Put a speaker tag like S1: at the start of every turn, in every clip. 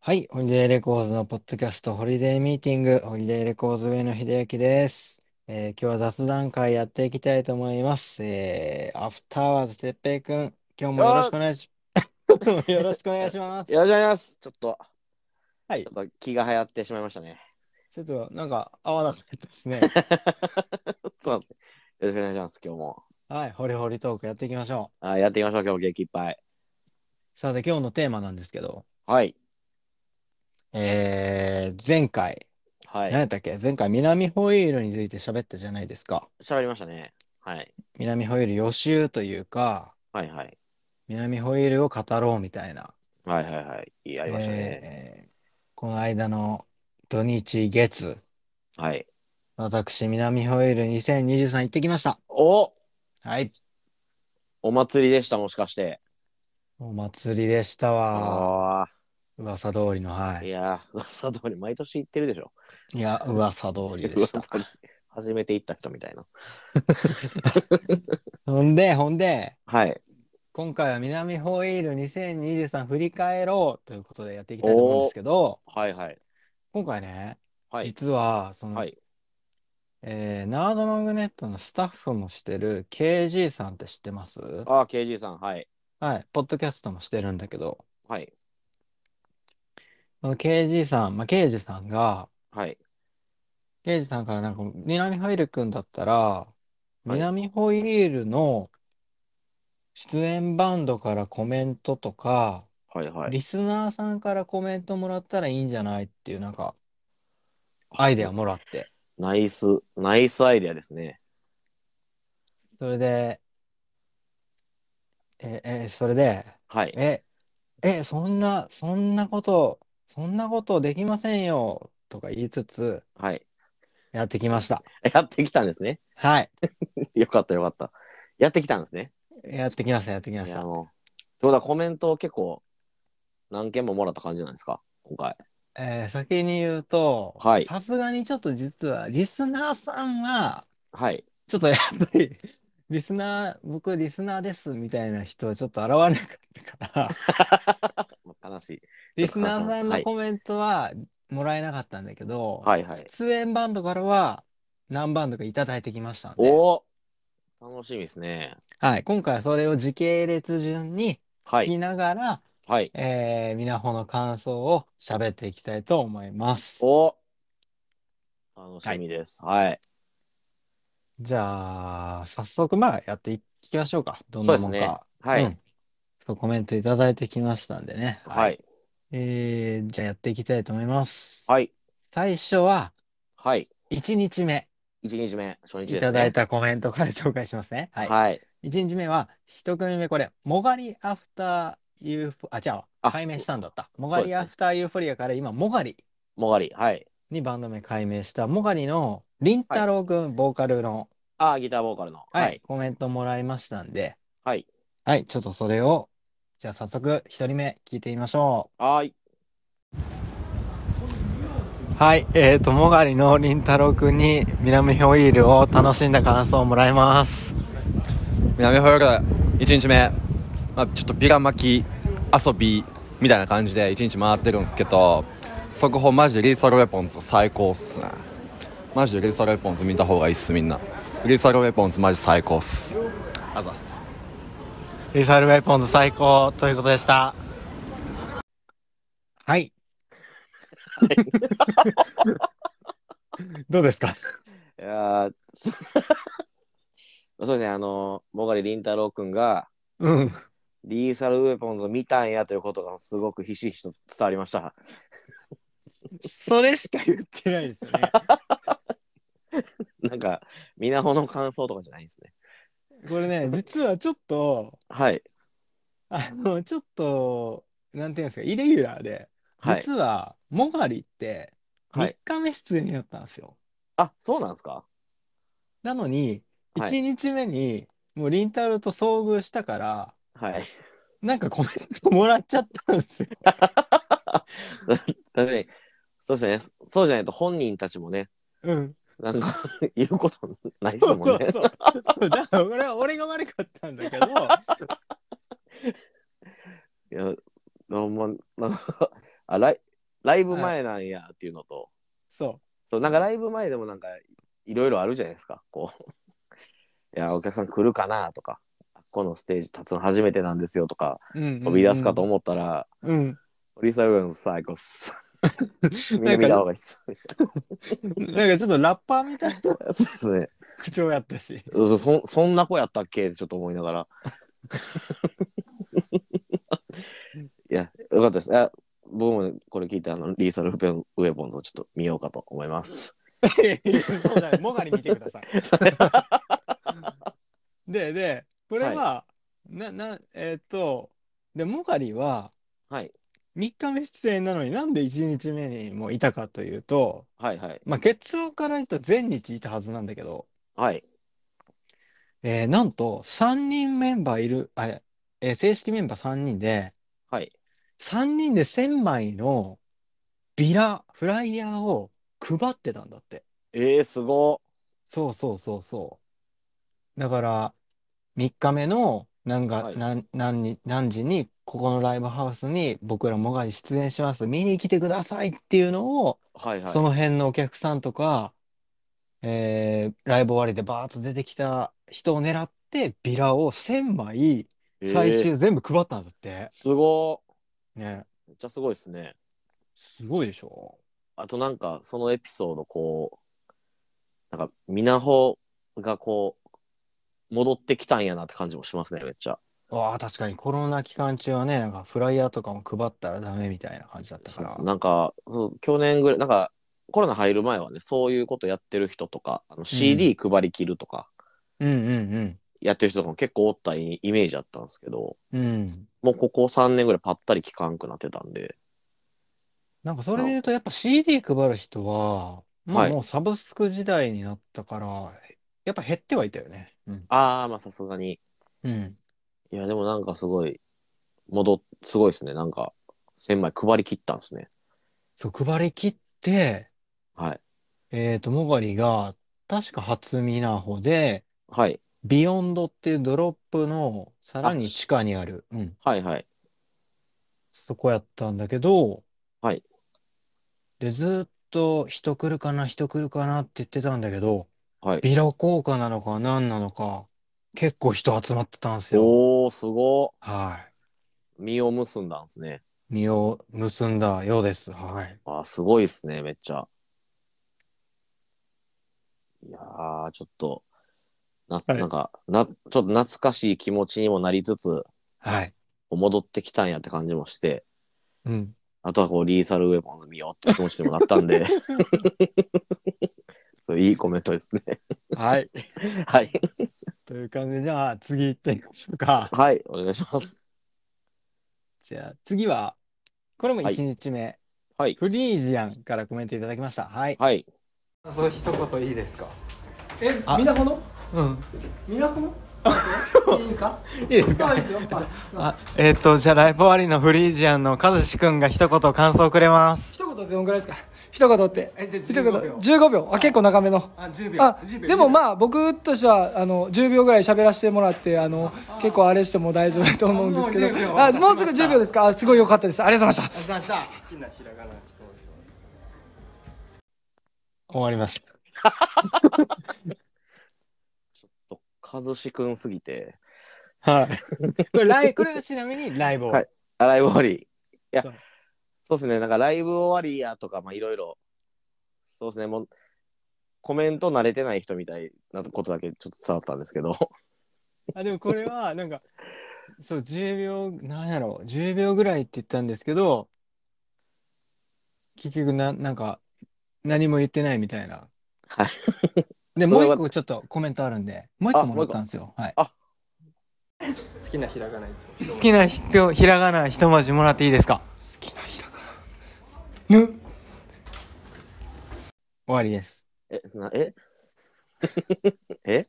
S1: はい。ホリデーレコーズのポッドキャスト、ホリデーミーティング、ホリデーレコーズ上野秀明です。えー今日は雑談会やっていきたいと思います。えーアフターワーズ哲平くん、今日もよろし
S2: よ
S1: くお願いし、 よろしくお願いしま
S2: ろしくお
S1: す。
S2: 願いします。ちょっと、
S1: は
S2: ち
S1: い。
S2: ょっと気が流行ってしまいましたね。
S1: ちょっと、なんか、合わなかったですね。
S2: そうですね。よろしくお願いします。今日も。
S1: はい。ホリホリトークやっていきましょ
S2: あ、やっていきましょう。今日も元気いっぱい。
S1: う。さて、今日のテーマなんですけど、
S2: はい。
S1: えー前回、
S2: は
S1: 何
S2: い。
S1: やったっけ前回、南ホイールについて喋ったじゃないですか。
S2: 喋りましたね。はい。
S1: 南ホイール予習というか、
S2: はいはい。
S1: 南ホイールを語ろうみたいな。
S2: はいはいはい。やりましたね。
S1: えーこの間の土日月、
S2: はい。
S1: 私、南ホイール2023行ってきました。
S2: お
S1: はい。
S2: お祭りでした、もしかして。
S1: お祭りでしたわ。
S2: あ
S1: 噂通りの、は
S2: あ。い
S1: い。
S2: やー、噂通り、毎年行ってるでしょ。
S1: いや、噂通 りでし
S2: 噂
S1: た。
S2: 通り。初めて行った人みたいな。
S1: ほんで、ほんで、
S2: はい。
S1: 今回は南ホイール2023振り返ろうということでやっていきたいと思うんで
S2: お
S1: すけど、
S2: はいはい。
S1: 今回ね、
S2: はい。
S1: 実は、そ
S2: は
S1: の、
S2: い。
S1: えーナードマグネットのスタッフもしてる KG さんって知ってます
S2: ああ、KG さん。はい。
S1: はい、ポッドキャストもしてるんだけど、
S2: はい。
S1: その KG さん、まあ、刑事さんが、
S2: はい。
S1: 刑事さんからなんか、南ホイールくんだったら、
S2: はい。
S1: 南ホイールの出演バンドからコメントとか、
S2: はいはい。
S1: リスナーさんからコメントもらったらいいんじゃないっていう、なんか、アイデアもらって。
S2: ナイス、ナイスアイデアですね。
S1: それで、え、え、それで、
S2: はい。
S1: え、え、そんな、そんなこと、そんなことできませんよ、とか言いつつ、
S2: はい。
S1: やってきました。
S2: やってきたんですね。
S1: はい。
S2: よかったよかった。やってきたんですね。
S1: やってきました、やってきま
S2: い
S1: し
S2: や、
S1: た。
S2: もう。ってことはコメントを結構何件ももらった感じなんですか今回。
S1: えー先に言うと、
S2: はい。
S1: さすがにちょっと実は、リスナーさんは、
S2: はい。
S1: ちょっとやっぱり、 リスナー、僕リスナーですみたいな人はちょっと現れなかった から、
S2: 悲しい。ちょ
S1: リ
S2: っ
S1: ス
S2: と悲し
S1: ナ
S2: い
S1: ーさ
S2: 話。
S1: ん
S2: は
S1: の
S2: い。
S1: コメントはもらえなかったんだけど、
S2: はいはい。
S1: 出演バンドからは何バンドかいただいてきましたんで、
S2: おお楽しみですね。
S1: はい、今回はそれを時系列順に聞
S2: はい。
S1: きながら、
S2: はい。
S1: えー、みなほの感想を喋っていきたいと思います。
S2: お楽
S1: は
S2: し
S1: い。
S2: みです。はい。
S1: じゃあ、早速、まあ、やっていきましょうか。どん
S2: そう
S1: な
S2: です
S1: もん
S2: ね。
S1: か。
S2: は
S1: う
S2: い。
S1: ん。そう、コメントいただいてきましたんでね。は。
S2: はいい。
S1: えー、じゃあやっていきたいと思いま
S2: は
S1: す。
S2: い。
S1: 最初は、
S2: はい。
S1: 1日目、
S2: 1日目、初日
S1: い
S2: です
S1: ただい
S2: ね。
S1: たコメントから紹介しますね。はい。
S2: はい。
S1: 1日目は、1組目、これ、もがりアフターユーフォ、あ、違うわ、
S2: あ、
S1: 改名したんだった。もが
S2: そうで
S1: り
S2: す
S1: ア
S2: ね。
S1: フターユーフォリアから今、もがり
S2: もがり。はい。
S1: にバンド名改名した、もがりのりん
S2: は
S1: た
S2: い。
S1: ろうくん、ボーカルの、
S2: あー、ギターボーカルの。
S1: は、
S2: はいい。
S1: コメントもらいましたんで、
S2: はい。
S1: はい、ちょっとそれを、じゃあ早速、1人目聞いてみましょう。
S2: はーい。
S1: はい、えーと、もがりのりんたろうくんに南ホイールを楽しんだ感想をもらいます。
S3: 南ホイール1日目、まあ、ちょっとビラ巻き遊びみたいな感じで1日回ってるんですけど速報マジでリーサルウェポンズ最高っすねマジでリーサルウェポンズ見た方がいいっすみんなリーサルウェポンズマジ最高っすあざっす
S1: リサルウェポンズ最高ということでした。はい、どうですか
S2: いやー そそうですね、あのー、もがりりんたろうくんが、
S1: うん。
S2: リーサルウェポンズを見たんやということがすごくひしひしと伝わりました。
S1: それしか言ってないですよね。
S2: なんか、みなほの感想とかじゃないんですね。
S1: これね、実はちょっと、
S2: はい、
S1: あの、ちょっと、なんていうんですか、イレギュラーで、
S2: はい、
S1: 実は、もがりって
S2: は
S1: 3
S2: い。
S1: 日目出演やったんですよ。
S2: あ、そうなんですか
S1: なのに、
S2: は
S1: 1
S2: い、
S1: 日目に、もう、りんたろーと遭遇したから、
S2: はい。
S1: なんかコメントもらっちゃったんですよ。
S2: 確かに、そうですね、そうじゃないと本人たちもね、
S1: うん。
S2: なんか 言うことないです
S1: そう
S2: もん
S1: そう
S2: ね。
S1: そう。そう、じゃあ、俺は俺が悪かったんだ けど、
S2: いや、ほんま、なんか、あ、来、ライブ前なんやっていうのと、
S1: そ
S2: そうなんかライブ前でもなんかいろいろあるじゃないですかこういやお客さん来るかなとかこのステージ立つの初めてなんですよとか
S1: う。うんうんうん
S2: 飛び出すかと。思ったら、
S1: うん。
S2: リサウェン最高っす
S1: な
S2: みんなん見た方
S1: か、
S2: がいいっす
S1: なんかちょっとラッパーみたいな
S2: そうですね
S1: 口調やったし。
S2: そうそんそんな子やったっけってちょっと思いながら いやよかったですあ僕もこれ聞いてあのリーサルウェウェポンズをちょっと見ようかと思います
S1: そうだね。もがり見てください。で、で、これは、な、な、えーっと、で、もがりは
S2: はい
S1: 3日目出演なのになんで1日目にもいたかというと、
S2: はいはい
S1: まあ、結論から言うと全日いたはずなんだけど、
S2: はい
S1: えーなんと3人メンバーいる、あ、えー正式メンバー3人で、
S2: はい
S1: 3人で1000枚のビラ、フライヤーを配ってたんだって。
S2: えー、すご
S1: そうそうそうそう。だから、3日目の、なんか、
S2: はい
S1: なん、何に、何時に、ここのライブハウスに僕らもがり出演します。見に来てくださいっていうのを、
S2: はいはい
S1: その辺のお客さんとか、えーライブ終わりでバーッと出てきた人を狙って、ビラを1000枚、最
S2: えー
S1: 終全部配ったんだって。
S2: すご
S1: ね。
S2: ーめっちゃすごいですね
S1: すごいでしょ
S2: あとなんかそのエピソードこうなんかみなほがこう戻ってきたんやなって感じもしますねめっちゃ
S1: ああ、確かにコロナ期間中はね、なんかフライヤーとかも配ったらダメみたいな感じだったから。
S2: なんかそう去年ぐらいなんかコロナ入る前はねそういうことやってる人とかあの CD 配りきるとか
S1: うんうん
S2: やってる人とかも結構おったイイメージだったんですけど
S1: うん。うん。
S2: もうここ3年ぐらいパッタリ聞かんくなってたんで
S1: なんかそれで言うと、やっぱ CD 配る人は、まあ
S2: はい
S1: もうサブスク時代になったから、やっぱ減ってはいたよね。うん。
S2: ああまあさすがに
S1: うん。
S2: いやでもなんかすごい戻っすごいですねなんか1000枚配りきったんですね
S1: そう、配り切って、
S2: はい
S1: えっと、もがりが、確か初見なほで、
S2: はい
S1: ビヨンドっていうドロップのさらに地下にある、うん、
S2: はいはい
S1: そこやったんだけど、
S2: はい。
S1: で、ずっと人来るかな、人来るかなって言ってたんだけど、
S2: はい
S1: ビラ効果なのか何なのか、結構人集まってたんですよ。
S2: おーすご
S1: はい
S2: 実を結んだんですね
S1: い。実を結んだようです。はい。
S2: あーすごいっすね、めっちゃ。いやー、ちょっと、な、
S1: はい
S2: なんか、な、ちょっと懐かしい気持ちにもなりつつ、
S1: はい。
S2: 戻ってきたんやって感じもして、
S1: うん。
S2: あとはこう、リーサルウェポンズ見ようって気持ちにもなった んで、そういいコメントですね。
S1: はい。
S2: はい。
S1: という感じで、じゃあ次行ってみましょうか。
S2: はい、お願いします。
S1: じゃあ次は、これも
S2: はい
S1: 1日目、
S2: はい。
S1: フリージアンからコメントいただきました。はい。
S2: はい。
S1: そう一言いいですか
S4: え、
S1: あ
S4: みなこの
S1: うん。
S4: みなこ のいいですか
S1: いいです
S4: あ、いいですよはい
S1: あ、えっ、と、じゃあライブ終わりのフリージアンの和志くんが一言感想くれます。
S4: 一言ってどのくらいですか一言って
S5: えじゃあ
S4: 一言
S5: 15秒
S4: 15秒あ結構長めの
S5: あ10秒
S4: あ
S5: 10秒
S4: でもまあ僕としてはあの10秒ぐらい喋らせてもらってあの結構あれしても大丈夫だと思うんですけ
S5: あもう10
S4: ど
S5: 秒
S4: あもうすぐ10秒ですかあすごい良かったですありがとうございました
S5: 出した
S1: 終わりました。
S2: かずしくんすぎて、
S1: はい。これ、ライこれはちなみにライブを。
S2: はいあライブ終わり。いや
S1: そう、
S2: そうですね、なんかライブ終わりやとか、まあいろいろ、そうですね、もう、コメント慣れてない人みたいなことだけちょっと伝わったんですけど、
S1: あ、でもこれは、なんか、そう、10秒、なんやろう、10秒ぐらいって言ったんですけど、結局な、なんか、何も言ってないみたいな。
S2: はい。
S1: で、
S2: そ
S1: も
S2: れ
S1: う
S2: は
S1: 一個ちょっとコメントあるんで、もう一個
S2: あ
S1: もらったんですよ。はい。
S5: 好きなひらがなです
S6: 好きな人ひらがな一文字もらっていいですか
S4: 好きなひらがなぬ
S1: 終わりです。
S2: え、な、え え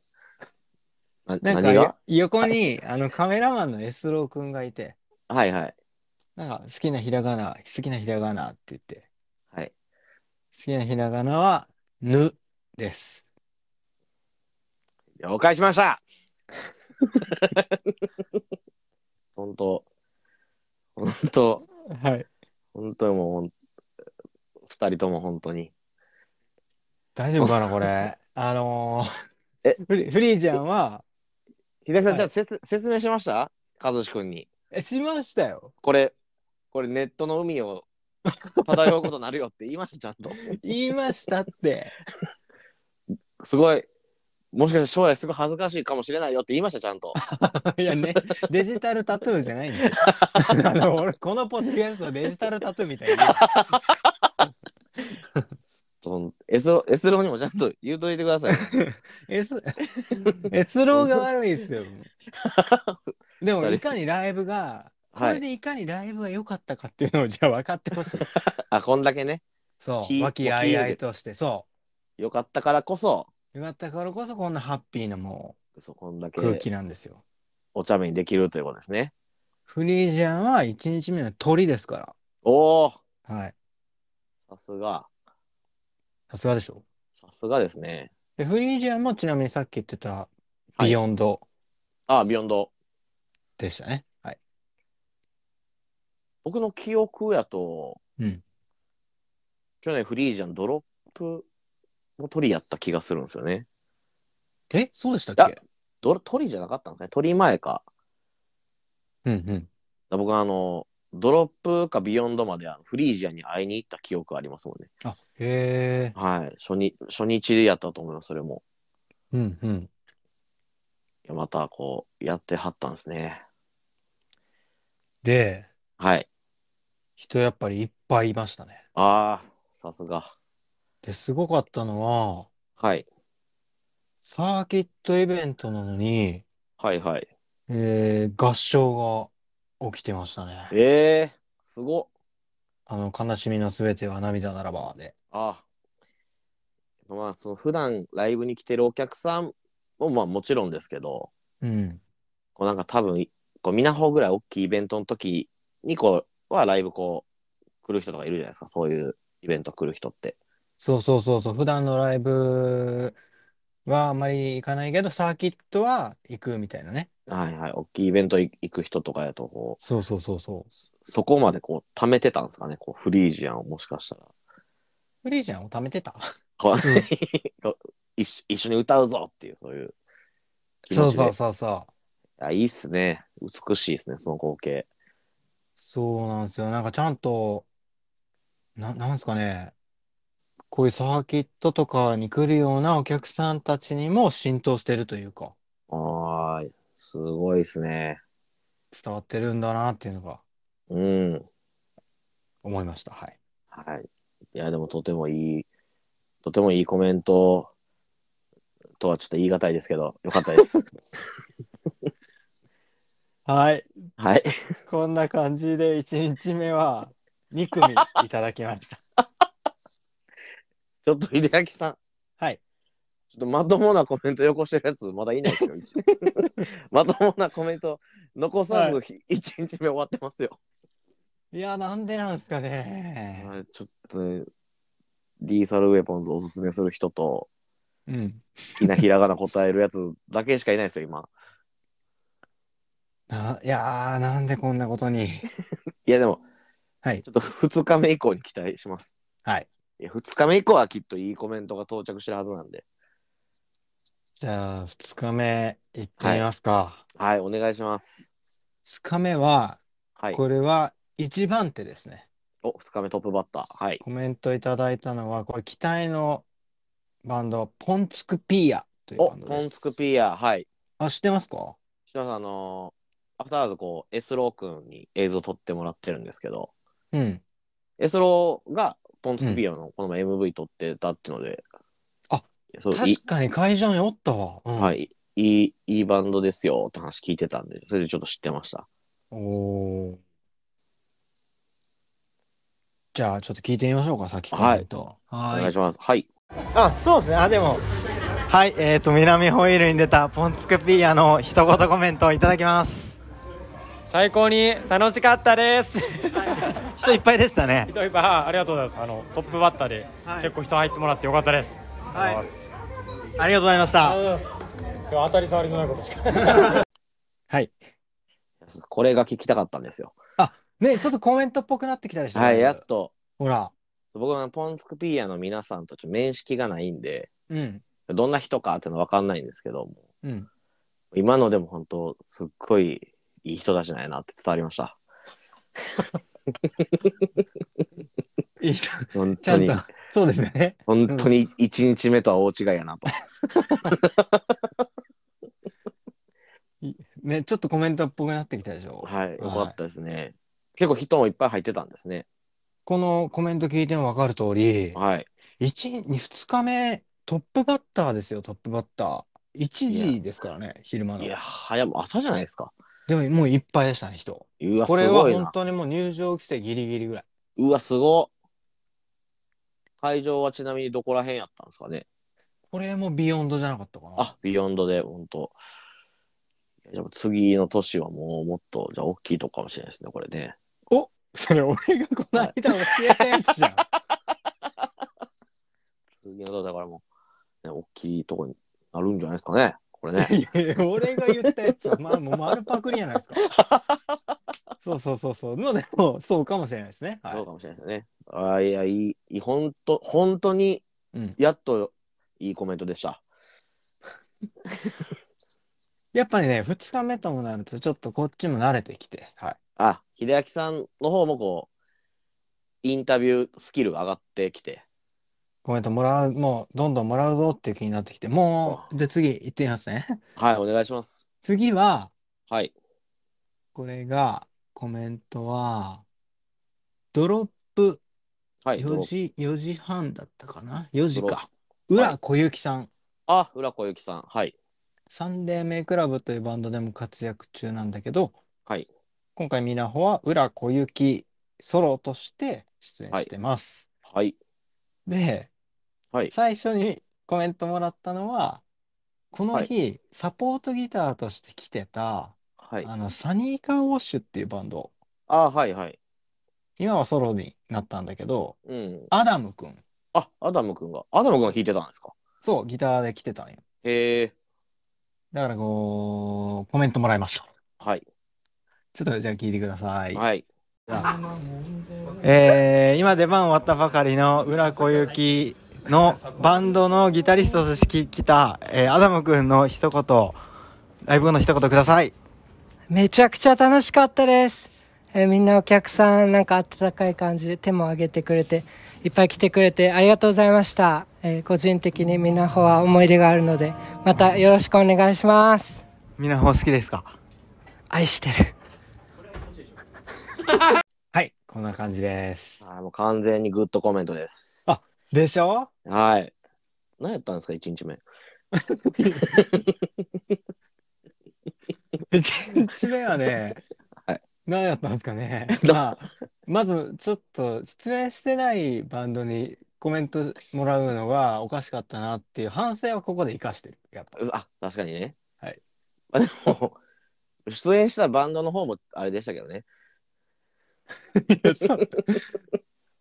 S1: な
S2: な
S1: んか、
S2: 何が
S1: よ横に、あの、カメラマンのエスローくんがいて、
S2: はいはい。
S1: なんか、好きなひらがな、好きなひらがなって言って、
S2: はい。
S1: 好きなひらがなは、ぬです。
S2: 了解しました 本当本当
S1: はい。
S2: 本当にもう、二人とも本当に。
S1: 大丈夫かな、これ。あのー
S2: え
S1: フリ、フリージャンは、
S2: 秀明さ
S1: は
S2: ん、
S1: い
S2: じゃあ説説明しました和志くんに。
S1: え、しましたよ。
S2: これ、これネットの海 を漂うことになるよって言いました、ちゃんと。
S1: 言いましたって。
S2: すごい、もしかして将来すごい恥ずかしいかもしれないよって言いました、ちゃんと。
S1: いやね、デジタルタトゥーじゃない んですよ。あの俺、このポッドキャストデジタルタトゥーみたいな。
S2: そのエスロエスロにもちゃんと言うといてくだ さい。
S1: エス、エスローが悪いです よ。でも、いかにライブが、こ
S2: は
S1: れ
S2: い。
S1: でいかにライブが良かったかっていうのを、じゃあ分かってほしい。
S2: あ、こんだけね、
S1: そ
S2: き
S1: う、和気あいあいとして、そ
S2: よかったからこそ、
S1: う。よかったからこそ、こんなハッピーなも
S2: そうこんだ
S1: う空気
S2: け
S1: なんですよ。
S2: お茶目にできるということですね。
S1: フリージャンは1日目の鳥ですか
S2: おお
S1: ら。はい。
S2: さすが。
S1: さすがでしょ。
S2: さすがですね。
S1: でフリージャンもちなみにさっき言ってた、
S2: はい
S1: ビヨンド
S2: あ、ビヨンド。
S1: でしたね。はい。
S2: 僕の記憶やと、
S1: うん
S2: 去年フリージャンドロップも鳥やった気がするんですよね。
S1: え、そうでしたっけ
S2: ドロ鳥じゃなかったんですね。鳥前か。
S1: うんうん。
S2: 僕はあの、ドロップかビヨンドまであのフリージャンに会いに行った記憶ありますもんね。
S1: あ、へえ。
S2: はい。初日、初日やったと思います、それも。
S1: うんうん。
S2: いやまたこう、やってはったんですね。
S1: で、
S2: はい。
S1: 人やっぱりいっぱいいましたね。
S2: ああ、さすが。
S1: で、すごかったのは、
S2: はい。
S1: サーキットイベントなのに、
S2: はいはい。
S1: えー合唱が起きてましたね。
S2: ええすごっ。
S1: あの、悲しみのすべては涙ならばで。
S2: ああ。まあ、その普段ライブに来てるお客さんも、まあもちろんですけど、
S1: うん。
S2: こうなんか多分、こう、みなほぐらい大きいイベントの時に、こう、はライブこう、来る人とかいるじゃないですか。そういうイベント来る人って。
S1: そうそうそうそう。普段のライブはあまり行かないけど、サーキットは行くみたいなね。
S2: はいはい。大きいイベントい行く人とかやと、こ、
S1: そうそうそうそう
S2: そそこまでこう、貯めてたんですかね。こう、フリージアンをもしかしたら。
S1: う。フリージャンを貯めてた。
S2: こうこう一緒一緒に歌うぞっていう、そういう気
S1: そ
S2: 持
S1: う
S2: ちで。
S1: そうそうそう。
S2: あ、いいっすね。美しいっすね、その光景。
S1: そうなんですよ。なんかちゃんと、な、なんですかね。こういうサーキットとかに来るようなお客さんたちにも浸透してるというか、
S2: ああ、すごいっすね。
S1: 伝わってるんだなっていうのが
S2: うん。
S1: 思いました。はい。
S2: はい。いや、でもとてもいい、とてもいいコメントとはちょっと言い難いですけど、よかっ たです。
S1: はい。
S2: はい。
S1: こんな感じで1日目は2組いただきました。
S2: ちょっと秀明さん、
S1: はい。
S2: ちょっとまともなコメントよこしてるやつ、まだいないですよ。一応 まともなコメント残さず、一1日目終わってますよ。
S1: いや、なんでなんですかね。
S2: はいちょっとね、リーサルウェポンズおすすめする人と、
S1: うん。
S2: 好きなひらがな答えるやつだけしかいないですよ、今。
S1: な、いやー、なんでこんなことに。
S2: いや、でも、
S1: はい
S2: ちょっと2日目以降に期待します。
S1: はい。
S2: いや、2日目以降はきっといいコメントが到着してるはずなんで。
S1: じゃあ、2日目行ってみますか。
S2: はい、お願いします。
S1: 2日目は、
S2: はい。
S1: これは1番手ですね。
S2: お、2日目トップバッター。はい。
S1: コメントいただいたのは、これ、期待のバンド、ポンツクピーヤという
S2: お、
S1: バンド
S2: ポ
S1: で
S2: ン
S1: す。
S2: ツクピア。はい。
S1: あ、知ってますか
S2: 篠田さん、あのーアフターアーズ、こう、エスロー君に映像撮ってもらってるんですけど、
S1: うん。
S2: エスローがポンツクピアのこの前 MV 撮ってたっていうので、
S1: あ、
S2: そう、い
S1: 確かに会場におったわ。うん
S2: はい。いい、いいバンドですよって話聞いてたんで、それでちょっと知ってました。
S1: おーじゃあ、ちょっと聞いてみましょうか、さっきコメント。
S2: お
S1: は
S2: 願い
S1: い。
S2: します。はい。
S6: あ、そうですね。あ、でも、はい、えっ、と、南ホイールに出たポンツクピーヤの一言コメントをいただきます。
S5: 最高に楽しかったです。
S6: 人いっぱいでしたね。
S5: 例えばありがとうございます。あのトップバッターで結構人入ってもらってよかったです。
S6: はい。ありがとうございました。
S5: りがとうございます。今日は当たり障りのないことしか。
S1: はい。
S2: これが聞きたかったんですよ。
S1: ね、ちょっとコメントっぽくなってきたりしてる
S2: はい、やっと。
S1: ほら、
S2: 僕はポンスクピーヤの皆さんとちょっと面識がないんで、
S1: うん。
S2: どんな人かっていうのは分かんないんですけども、
S1: うん。
S2: 今のでも本当、すっごいいい人たちなんやなって伝わりました。
S1: い い人。
S2: 本
S1: ちゃ
S2: 当
S1: ん
S2: に
S1: と、。そうですね。
S2: 本当に1日目とは大違いやなと。
S1: ね、ちょっとコメントっぽくなってきたでしょ。
S2: はい、よかったですね。結構人もいっぱい入ってたんですね。
S1: このコメント聞いても分かる通り、
S2: はい。
S1: 1、2日目、トップバッターですよ、トップバッター。1時ですからね、昼間の
S2: い。や、早もう朝じゃないですか。
S1: でももういっぱいでしたね、人。
S2: うわ、す
S1: これは
S2: ごい
S1: 本
S2: な。
S1: 当にもう入場規制ギリギリぐらい。
S2: うわ、すごっ。会場はちなみにどこら辺やったんですかね。
S1: これもビヨンドじゃなかったかな。
S2: あ、ビヨンドで、本当。いやでも次の年はもうもっと、じゃあ大きいとこかもしれないですね、これね。
S1: それ俺がこの間教えたやつじゃん。
S2: 次の年だからもう、ね、大きいとこになるんじゃないですかね、これね。
S1: いやいや俺が言ったやつは、まあ、もう丸パクリやないですか。 そうそうそうそう。のでも、そうかもしれないですね。はい
S2: そうかもしれないですよね。あーいや、いいいい、本当本当に
S1: うん、
S2: やっといいコメントでした。
S1: やっぱりね、2日目ともなると、ちょっとこっちも慣れてきて、はい。
S2: あ、秀明さんの方もこう、インタビュースキルが上がってきて、
S1: コメントもらう、もう、どんどんもらうぞっていう気になってきて、もう、で、次行ってみますね。
S2: はい、お願いします。
S1: 次は、
S2: はい。
S1: これが、コメントは、ドロップ
S2: はい。
S1: 4時、4時半だったかな ?4 時
S2: ドロッ
S1: か。浦小雪さん。
S2: あ、浦小雪さん。はい。
S1: サンデーメイクラブというバンドでも活躍中なんだけど、
S2: はい。
S1: 今回ミナホは浦小雪ソロとして出演してます。
S2: はい。
S1: で、
S2: はい。
S1: 最初にコメントもらったのは、この日、サポートギターとして来てた、
S2: はい。
S1: あの、サニーカーウォッシュっていうバンド、
S2: あ、はい、はい。
S1: 今はソロになったんだけど、
S2: うん。
S1: アダムくん、
S2: あ、アダムくんが、アダムくんが弾いてたんですか
S1: そう、ギターで来てたんよ。
S2: へえ。
S1: だからこう、コメントもらいました。
S2: はい。
S1: ちょっとじゃあ聞いてください。
S2: はい。
S1: じゃあ
S6: えー、今出番終わったばかりの浦小雪のバンドのギタリストとして来た、えーアダム君の一言ライブ後の一言ください
S7: めちゃくちゃ楽しかったです、えーみんなお客さんなんか温かい感じで手も挙げてくれていっぱい来てくれてありがとうございました、えー個人的にみんなほは思い出があるのでまたよろしくお願いします
S6: みんな方好きですか
S7: 愛してる
S1: はい、こんな感じです。
S2: あもう完全にグッドコメントです。
S1: あ、でし ょ
S2: はい。何やったんですか、1日目。
S1: 1日目はね、
S2: はい
S1: 何やったんですかね。
S2: どう
S1: まあ、まずちょっと出演してないバンドにコメントもらうのがおかしかったなっていう反省はここで生かしてる。やっぱ。
S2: あ、確かにね。
S1: はい。
S2: まあでも、出演したバンドの方もあれでしたけどね。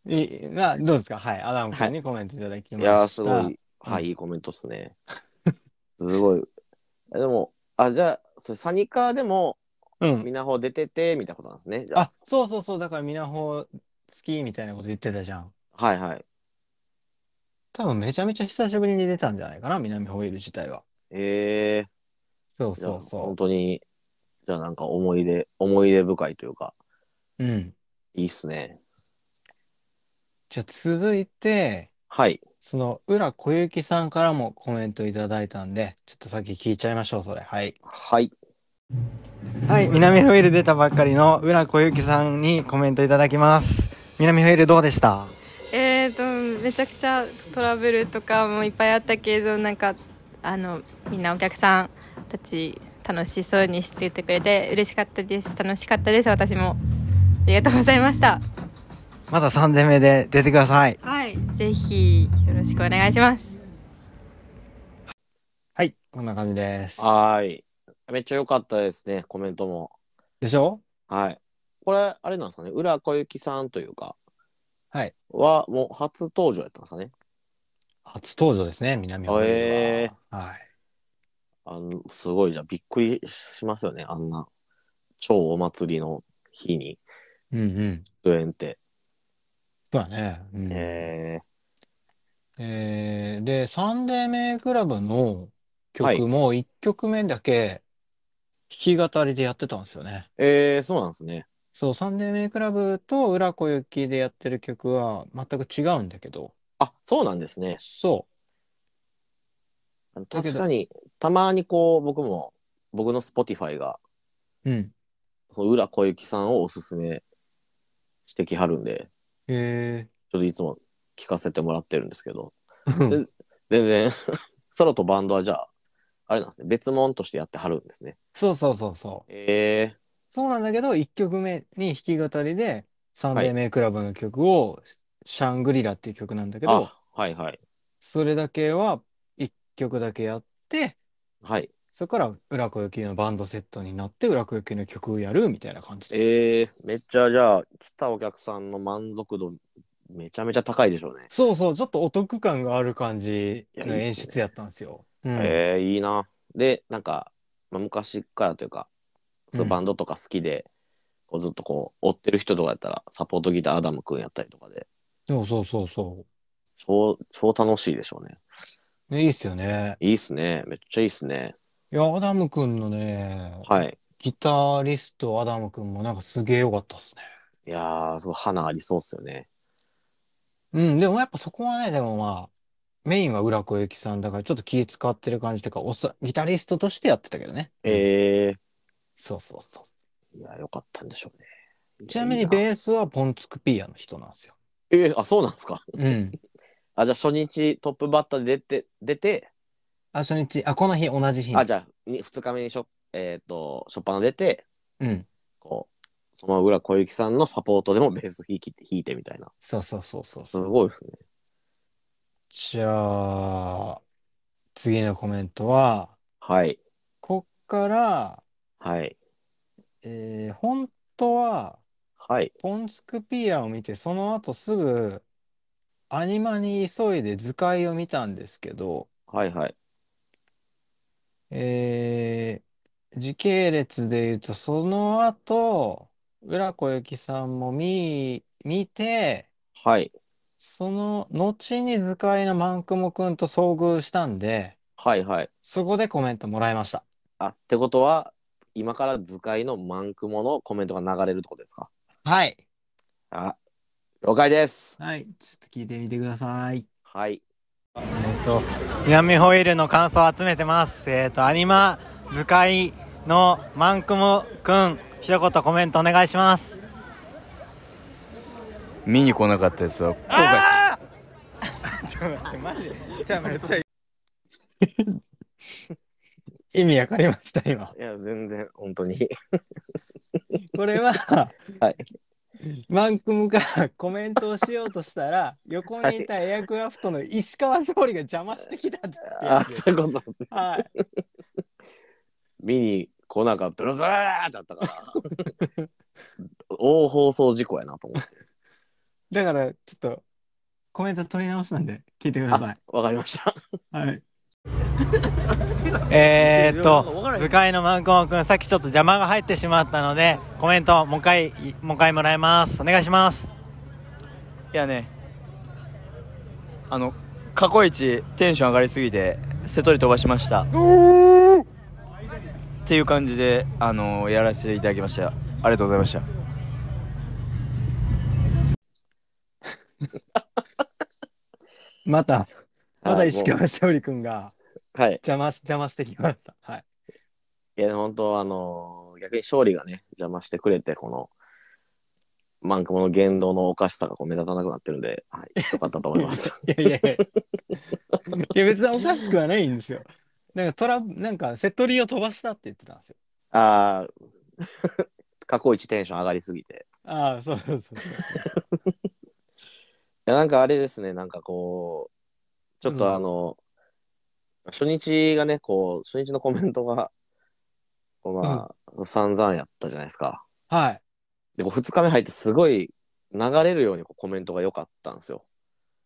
S1: いまあ、どうですかはい、アダム君にコメントいただき
S2: い
S1: ま
S2: やー、
S1: し
S2: す
S1: た。
S2: ごい、はい、いいコメントっすね。すごい。えでも、あ、じゃあ、それサニカーでも、
S1: うん。
S2: みなほ出てて、みたいなことなんですね。じゃあ
S1: あ、そうそうそう、だからみなほ好きみたいなこと言ってたじゃん。
S2: はいはい。
S1: 多分めちゃめちゃ久しぶりに出たんじゃないかな、南ホイール自体は。
S2: ええ
S1: そう
S2: ー、じゃあ
S1: そうそ
S2: 本当に、じゃあなんか思い出、思い出深いというか、
S1: う。うん。
S2: いいっすね。
S1: じゃあ続いて、
S2: はい。
S1: その浦小雪さんからもコメントいただいたんで、ちょっと先聞いちゃいましょう、それ。はい。
S2: はい。
S6: はい南フェル出たばっかりの浦小雪さんにコメントいただきます南フェルどうでした
S8: えー、とめちゃくちゃトラブルとかもいっぱいあったけどなんかあのみんなお客さんたち楽しそうにしててくれて嬉しかったです楽しかったです私もありがとうございました
S6: まだ3戦目で出てください
S8: はいぜひよろしくお願いします
S1: はい、こんな感じです。
S2: はーい。めっちゃ良かったですね、コメントも。
S1: でしょ
S2: はい。これ、あれなんですかね、浦小雪さんというか、
S1: はい。
S2: は、もう初登場やったんですかね。
S1: 初登場ですね、南ホイールは。
S2: へ
S1: はい。
S2: あの、すごい、じゃあびっくりしますよね、あんな、超お祭りの日に
S1: うんうん。
S2: 出演って。
S1: そうだね。うん
S2: え
S1: えーで、サンデーメイクラブの曲も1曲目だけ弾き語りでやってたんですよね。
S2: ー、えー、そうなんですね。
S1: そう、サンデーメイクラブと浦小雪でやってる曲は全く違うんだけど、
S2: あ、そうなんですね。
S1: そだけ
S2: 確
S1: ど
S2: かに、たまにこう、僕も、僕の Spotify が、
S1: う、うん。
S2: その浦小雪さんをおすすめしてきはるんで、
S1: え
S2: ちょっといつも聞かせてもらってるんですけど、
S1: ー、
S2: 全然、 ソロとバンドはじゃあ、あれなんですね、別物としてやってはるんですね。
S1: そうそうそうそう。
S2: ええ
S1: そうなんだけど、1曲目に弾き語りで、サンデーメイクラブの曲を、シャングリラっていう曲なんだけど、
S2: あ、はいはい。
S1: それだけは1曲だけやって、
S2: はい。
S1: そこから裏小雪のバンドセットになって、裏小雪の曲をやるみたいな感じで。
S2: ええめっちゃじゃあ、来たお客さんの満足度、めちゃめちゃ高いでしょうね。
S1: そうそう、ちょっとお得感がある感じ
S2: い
S1: の
S2: やいいっすね
S1: 演出やったんですよ。うん
S2: ええいいな。で、なんか、まあ、昔からというか、そうの
S1: ん
S2: バンドとか好きで、こうずっとこう、追ってる人とかやったら、サポートギターアダムくんやったりとかで、
S1: そうそうそうそ
S2: 超、超楽しいでしょうね。
S1: う。ねいいっすよね。
S2: いいっすね。めっちゃいいっすね。
S1: いや、アダムくんのね、
S2: はい。
S1: ギタリストアダムくんもなんかすげえ良かったっすね。
S2: いやー、すごい花ありそうっすよね。
S1: うん、でもやっぱそこはね、でもまあ、メインは浦小雪さんだからちょっと気使ってる感じというか、おさ、ギタリストとしてやってたけどね。うん
S2: ええ
S1: そうそうそう。
S2: いや、よかったんでしょうね。
S1: ちなみに
S2: いやいい
S1: ベースはポンツクピアの人なんですよ。
S2: ええあ、そうなんですか。
S1: うん。
S2: あ、じゃあ初日トップバッターで出て、出て、
S1: あ、初日、あ、この日、同じ日
S2: あ、
S1: に。
S2: じゃあ、に二日目にしょ、えっ、と、初っ端出て、
S1: うん。
S2: こう、その裏小雪さんのサポートでもベース弾いて、弾いてみたいな。
S1: そうそうそうそう
S2: す
S1: そう。
S2: ごいですね。
S1: じゃあ、次のコメントは、
S2: はい。
S1: こっから、
S2: はい。
S1: えー本当は、
S2: はい。
S1: ポンツクピアを見て、その後すぐ、アニマに急いで図解を見たんですけど、
S2: はいはい。
S1: えー時系列で言うと、その後、浦小雪さんも見、見て、
S2: はい。
S1: その後に図解のマンクモくんと遭遇したんで、
S2: はいはい。
S1: そこでコメントもらいました。
S2: あ、ってことは、今から図解のマンクモのコメントが流れるってことですか
S1: はい。
S2: あ、了解です。
S1: はい、ちょっと聞いてみてください。
S2: はい。
S6: 南ホイールの感想を集めてますえっ、とアニマ図解のマンクモくん一言コメントお願いします
S3: 見に来なかったですよ後悔して
S1: 意味わかりました、今。
S2: いや、全然、本当に。
S1: これは、
S2: はい
S1: マンクムがコメントをしようとしたら、横にいたエアクラフトの石川勝利が邪魔してきたってや
S2: あ、
S1: つ
S2: そういうことですね。
S1: はい。
S2: 見に来なかったら、ブルズラーだったから。 大放送事故やなと思って。
S1: だから、ちょっと、コメント取り直したんで、聞いてください。
S2: わかりました。
S1: はい。
S6: えーっと図解のマンクモくんさっきちょっと邪魔が入ってしまったのでコメントもう一回もう一回もらいますお願いします
S9: いやねあの過去一テンション上がりすぎて瀬戸り飛ばしましたっていう感じであのやらせていただきましたありがとうございました
S1: また、また
S2: はい
S1: 石川勝利くんが
S2: はい。
S1: 邪魔し、邪魔してきました。はい。
S2: いや、本当あのー逆に勝利がね、邪魔してくれて、この、マンクモの言動のおかしさがこう目立たなくなってるんで、はい、よかったと思います。
S1: いやいやいや。いや、別におかしくはないんですよ。なんかトラブ、なんか、セットリーを飛ばしたって言ってたんですよ。
S2: あー 過去一テンション上がりすぎて。
S1: ああ、そうそうそうそう。
S2: いや、なんかあれですね、なんかこう、ちょっ
S1: うん
S2: とあの、初日がね、こう、初日のコメントが、こうまあ、散々やったじゃないですか。
S1: はい。
S2: で、こう2日目入ってすごい流れるようにこうコメントが良かったんですよ。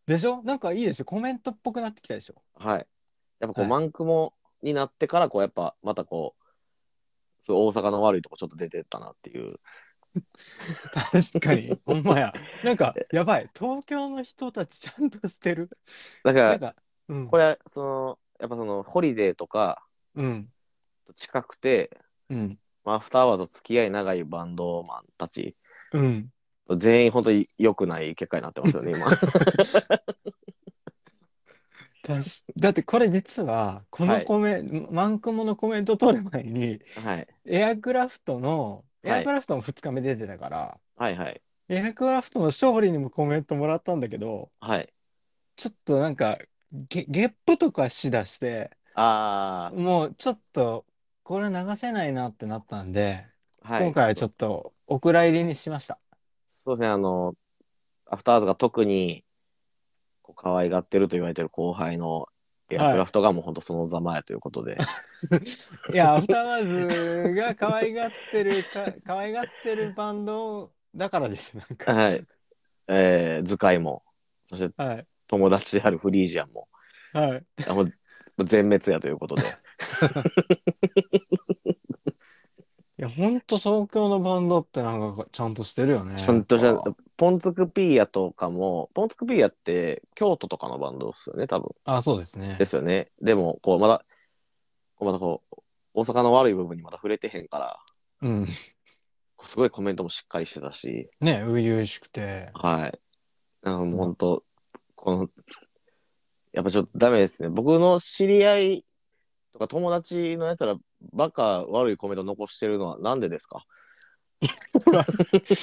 S1: でしょなんかいいでしょコメントっぽくなってきたでしょ
S2: はい。やっぱこう、
S1: はい
S2: マンクモになってから、こう、やっぱ、またこう、そういう大阪の悪いとこちょっと出てったなっていう
S1: 確かに。ほんまや。なんか、やばい。東京の人たちちゃんとしてる。
S2: だか
S1: なん
S2: ら、
S1: か、うん。
S2: これは、その、やっぱその、ホリデーとか、
S1: うん。
S2: 近くて、
S1: うん。
S2: まあアフターアワーズと付き合い長いバンドマンたち、
S1: うん。
S2: 全員本当に良くない結果になってますよね、 今。
S1: だしだってこれ実は、この
S2: はい
S1: コメ、マンクモのコメント取る前に、
S2: はい。
S1: エアクラフトの、エ
S2: はい
S1: アクラフトも2日目出てたから、
S2: はいはい。
S1: エアクラフトの勝利にもコメントもらったんだけど、
S2: はい。
S1: ちょっとなんか、ゲ、ゲップとかしだして、
S2: あ
S1: もうちょっと、これ流せないなってなったんで、
S2: あ、はい。
S1: 今回はちょっと、お蔵入りにしま した。
S2: そうですね、あの、アフターアーズが特にこう可愛がってると言われてる後輩のエアクラフトがもう本当そのざまやというこ とで、
S1: いや、アフターワーズが可愛がってるか、可愛がってるバンドだからです、なん
S2: は
S1: か。
S2: い。えー図解も、そして
S1: はい。
S2: 友達であるフリージアンも、
S1: はい。
S2: あもうもう全滅やということで、
S1: いや、ほんと東京のバンドってなんかちゃんとしてるよね。
S2: ちゃんとし
S1: やったぱ、
S2: ポンツクピーヤとかも、ポンツクピーヤって京都とかのバンドですよね、多分。
S1: あ、そうですね
S2: で。すよね。でも、こう、まだ、こうまだこう、大阪の悪い部分にまだ触れてへんから、
S1: うん。
S2: こうすごいコメントもしっかりしてたし、
S1: ね、初々しくて。
S2: はい。なんかもう本当、この、やっぱちょっとダメですね。僕の知り合いとか友達のやつら、バカ悪いコメント残してるのはなんでですか
S1: ち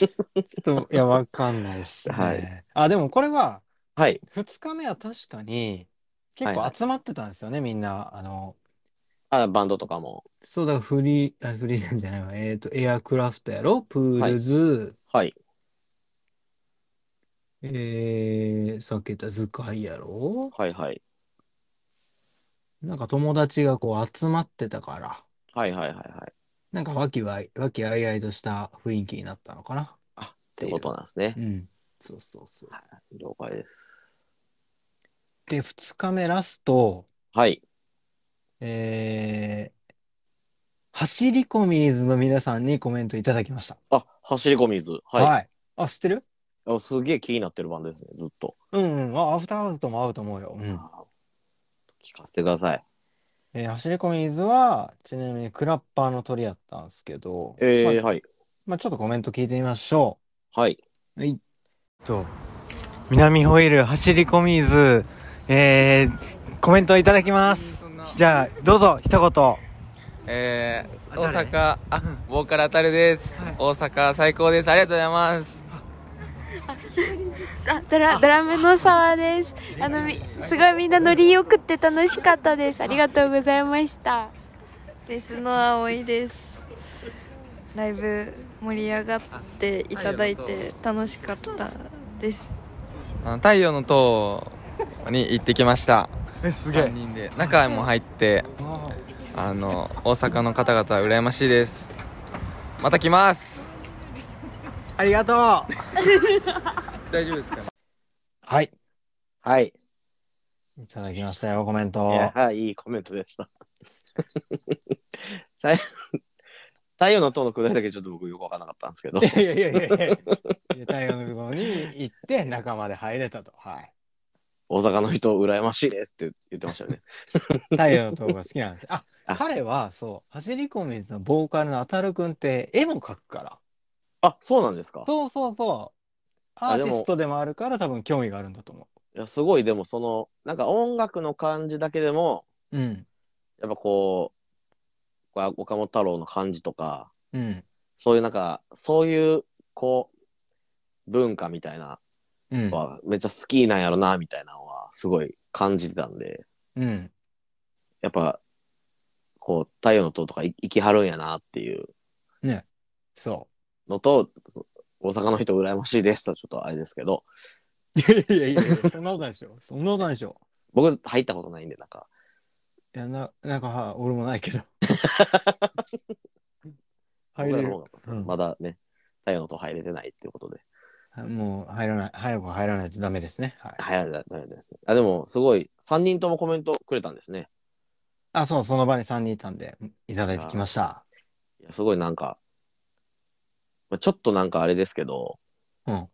S1: ょっと、いや、わかんないっすね。
S2: はい
S1: あ、でもこれは、
S2: はい。
S1: 2日目は確かに、結
S2: はいは
S1: 構
S2: い
S1: 集まってたんですよね、みんな。あの、
S2: あ、バンドとかも。
S1: そうだ、フリー、あ、フリーなんじゃないわ。えっと、エアクラフトやろ、プールズ、
S2: はい。
S1: えー、さっき言った図解やろ
S2: はいはい。
S1: なんか友達がこう集まってたから、
S2: はいはいはいはい。っ
S1: なんか和気わい、和気あいあいとした雰囲気になったのかな。
S2: てことなんですね
S1: う。ん。そうそうそう。
S2: 了解です。
S1: で、2日目ラスト、
S2: はい。
S1: えー、走り込みーずの皆さんにコメントいただきました。
S2: あ、走り込みず。は
S1: はい。あ、知ってる
S2: い。あすげえ気になってるバンドですね、ずっと。
S1: うんうん。あ、アフターアワーズとも合うと思うよ。うん。
S2: あ聞かせてください。
S1: えー走り込みーずは、ちなみにクラッパーの鳥やったんですけど、
S2: えー、
S1: まあ、
S2: はい。
S1: まあちょっとコメント聞いてみましょ
S2: はい。
S1: う。はい。
S6: と南ホイール走り込み図えー、コメントいただきますじゃあどうぞ一言
S10: えー、大
S6: 誰
S10: 阪、あ、ボーカルあたるです。大阪最高です。ありがとうございます。
S11: あドラドラムの沢ですあのみすごいみんなノリよくて楽しかったですありがとうございましたベースの葵ですライブ盛り上がっていただいて楽しかったです
S10: あの太陽の塔に行ってきました。
S6: えす
S10: 3人で。中も入って、あの、大阪の方々、羨ましいです。また来ます。
S6: ありがと
S10: 大丈夫ですか
S1: はい。
S2: はい。
S1: いただきましたよ、コメン
S2: いや
S1: ト。
S2: はい、いいコメントでした。 太太陽の塔のくだりだけちょっと僕よくわからなかったんですけど。
S1: いやいやいやいやいや。太陽の雲に行って仲間で入れたと。はい。
S2: 大阪の人羨ましいですって言ってましたよね。
S1: 太陽の塔が好きなんです。あ、
S2: あ
S1: 彼はそう、走り込みのボーカルのあたるくんって絵も描くから。
S2: あ、そうなんですか。
S1: そうそうそう。ア
S2: あ
S1: ー
S2: で
S1: テ
S2: も
S1: ィストでもあるから多分興味があるんだと思
S2: いやすごいでもそのなんか音楽の感じだけでも
S1: う。うん。
S2: やっぱこうこう岡本太郎の感じとか
S1: うん。
S2: そういうなんかそういうこう文化みたいな
S1: うん
S2: の。はめっちゃ好きなんやろなみたいなのはすごい感じてたんで
S1: うん。
S2: やっぱこう太陽の塔とかい行きはるんやなっていう
S1: そ
S2: のと、大阪の人羨ましいですとちょっとあれですけど、
S1: う。いやいやいやいや、そんなことないでし ょ。そんなことないでしょ。
S2: 僕入ったことないんで、なんか、
S1: いや、な、なんか、はい俺もないけど。 入
S2: 僕
S1: れ
S2: らの
S1: る
S2: 方。が
S1: うん
S2: まだね、太陽の塔入れてないっていうことで、
S1: もう入らない、早く入らないとダメですね。はい。
S2: 入られたないですね。あ、でもすごい、3人ともコメントくれたんですね。
S1: あ、そう、その場に3人いたんで、いただいてきました。
S2: いやすごいなんか、まあちょっとなんかあれですけど、
S1: うん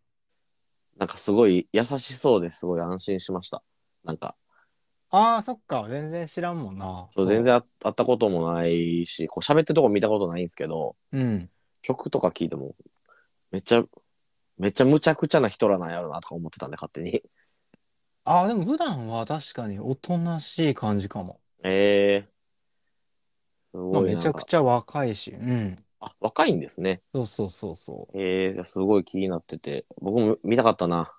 S2: なんかすごい優しそうですごい安心しました。なんか、
S1: ああ、そっか。全然知らんもんな。
S2: そう全然あ会ったこともないし、こう喋ってるとこ見たことないんですけど、
S1: うん。
S2: 曲とか聞いても、めっちゃ、めっちゃむちゃくちゃな人らなんやろなとか思ってたんで、勝手に。
S1: ああ、でも普段は確かにおとなしい感じかも。
S2: ええす
S1: まあ
S2: ごい
S1: め
S2: なん
S1: ち
S2: か
S1: ゃくちゃ若いし。うん。
S2: あ、若いんですね。
S1: そうそうそうそう。
S2: ええすごい気になってて、僕も見たかったな。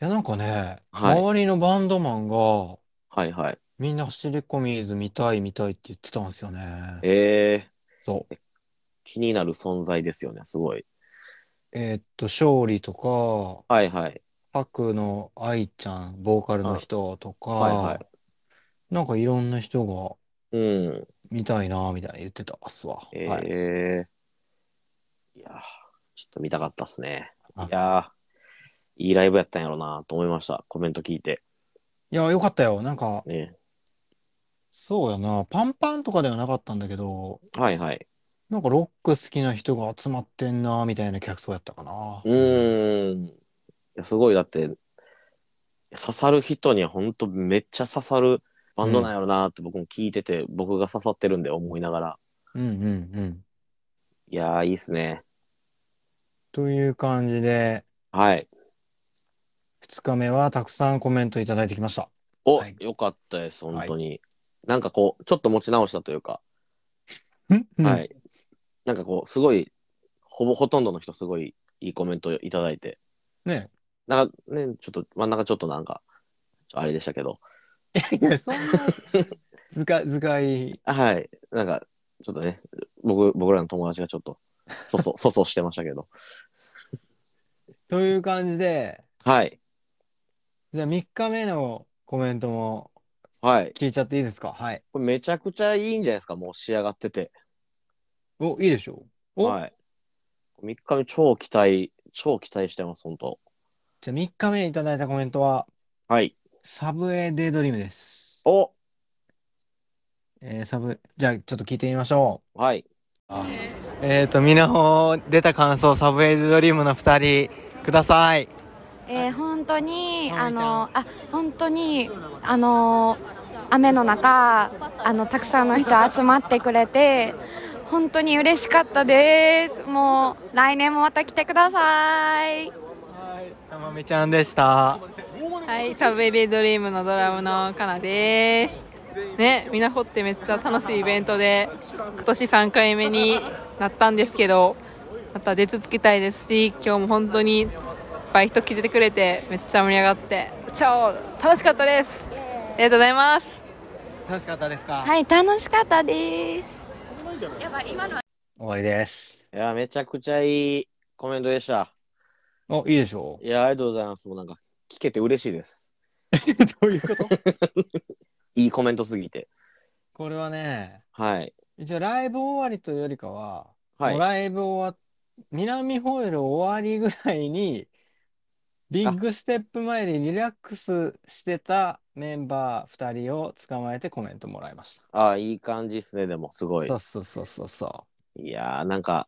S1: いや、なんかね、
S2: はい
S1: 周りのバンドマンが、
S2: はいはい。
S1: みんな走り込みーズ見たい見たいって言ってたんですよね。
S2: ええ
S1: そう。
S2: 気になる存在ですよね、すごい。
S1: えーっと、勝利とか、
S2: はいはい。
S1: パクの愛ちゃん、ボーカルの人とか、
S2: はいは
S1: なんかいろんな人が
S2: うん。
S1: 見たいなみたいな言ってたっすわ。
S2: ええ
S1: はい。
S2: いやーちょっと見たかったっすね。いやーいいライブやったんやろうなと思いました。コメント聞いて。
S1: いや、よかったよ。なんか、
S2: ね、
S1: そうやな、パンパンとかではなかったんだけど、
S2: はいはい。
S1: なんかロック好きな人が集まってんなみたいな客層やったかな。
S2: うーん。いやすごい、だって、刺さる人には本当めっちゃ刺さるバンドなんやろなって僕も聞いてて、僕が刺さってるんで思いながら。
S1: うんうんうん。
S2: いやーいいっすね。
S1: という感じで、
S2: はい。
S1: 2日目はたくさんコメントいただいてきました。
S2: お、よかったです、本当に。なんかこう、ちょっと持ち直したというか、はい。なんかこう、すごい、ほぼほとんどの人、すごいいいコメントいただいて、
S1: ね
S2: なんかね、ちょっと真ん中ちょっとなんか、ちょあれでしたけど、
S1: いや、そん な、図解、図解、
S2: はい。なんか、ちょっとね、僕、僕らの友達がちょっと、そ そ、そそしてましたけど、
S1: という感じで、
S2: はい。
S1: じゃあ3日目のコメントも
S2: はい。
S1: 聞いちゃっていいですかはい。
S2: これめちゃくちゃいいんじゃないですか、もう仕上がってて。
S1: お、いいでしょお
S2: はい。3日目、超期待、超期待してます、本当
S1: じゃあ3日目にいただいたコメントは、
S2: はい。
S1: サブウェイデイドリームです。
S2: お
S1: えーサブ、じゃあちょっと聞いてみましょ
S2: う。はい。
S6: えっ、ー、と、みなほ出た感想、サブウェイドリームの2人、ください。
S12: えー本当にあのあ本当にあの雨の中あのたくさんの人集まってくれて本当に嬉しかったですもう来年もまた来てください
S6: たまみちゃんでした。
S8: はい、サブベリードリームのドラムのカナです。ね、みなほってめっちゃ楽しいイベントで、今年3回目になったんですけど、また出続けたいですし、今日も本当にいっぱい人来てくれて、めっちゃ盛り上がって、超楽しかったです。ありがとうございます。
S6: 楽しかったですか
S12: はい楽しかったです
S8: やばい、今のは。
S1: 終わりです。
S2: いや、めちゃくちゃいいコメントでした。
S1: お、いいで しょ
S2: いや、ありがとうございます。もうなんか、聞けて嬉しいです。どういうこといいコメントすぎて。
S1: う。これはね、
S2: はい。
S1: 一応ライブ終わりというよりかは、
S2: はい
S1: もうライブ終わっ、南ホイール終わりぐらいに、ビッグステップ前にリラックスしてたメンバー2人を捕まえてコメントもらいました。
S2: ああ、いい感じですね、でも、すごい。
S1: そうそうそうそうそ
S2: いやー、なんか、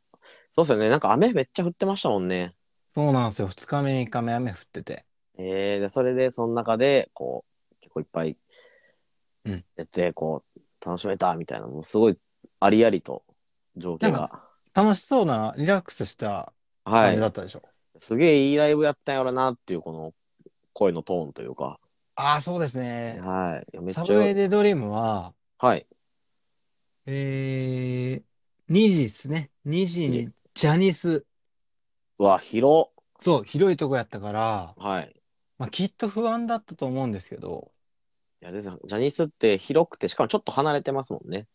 S2: そうっすよね。なんか雨めっちゃ降ってましたもんね。
S1: そうなんですよ。2日目、3日目、雨降ってて。
S2: えー、で、それで、その中で、こう、結構いっぱい、やって、こう、楽しめた、みたいな、もうすごい、ありありと、情景が。
S1: 楽しそうな、リラックスした
S2: は
S1: 感
S2: い
S1: じだ。ったでしょ。
S2: すげえいいライブやったんやろな、っていう、この、声のトーンというか。
S1: ああ、そうですね。
S2: はい。いやめっち
S1: サ
S2: ゃ、
S1: ブウェイでドリームは、
S2: はい。
S1: えー、2時ですね。2時にジャニス。
S2: うわ、広。
S1: そう、広いとこやったから、
S2: はい。
S1: まあ、きっと不安だったと思うんですけど、
S2: いやですよジャニスって広くて、しかもちょっと離れてますもんね。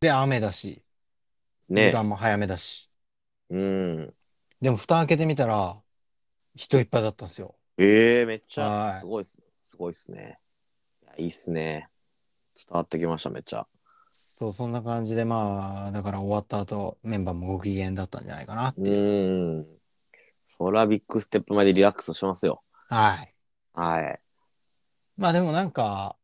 S1: で、雨だし、
S2: ね
S1: 時間も早めだし。
S2: うん。
S1: でも、蓋開けてみたら、人いっぱいだったんですよ。
S2: ええめっち
S1: は
S2: ゃ、
S1: い
S2: すごいっす、すごいっすね。いやいいっすね。伝わってきました、めっちゃ。
S1: そう、そんな感じで、まあ、だから終わった後、メンバーもご機嫌だったんじゃないかな。
S2: うん。そらビッグステップまでリラックスしますよ。
S1: はい。
S2: はい。
S1: まあ、でもなんか、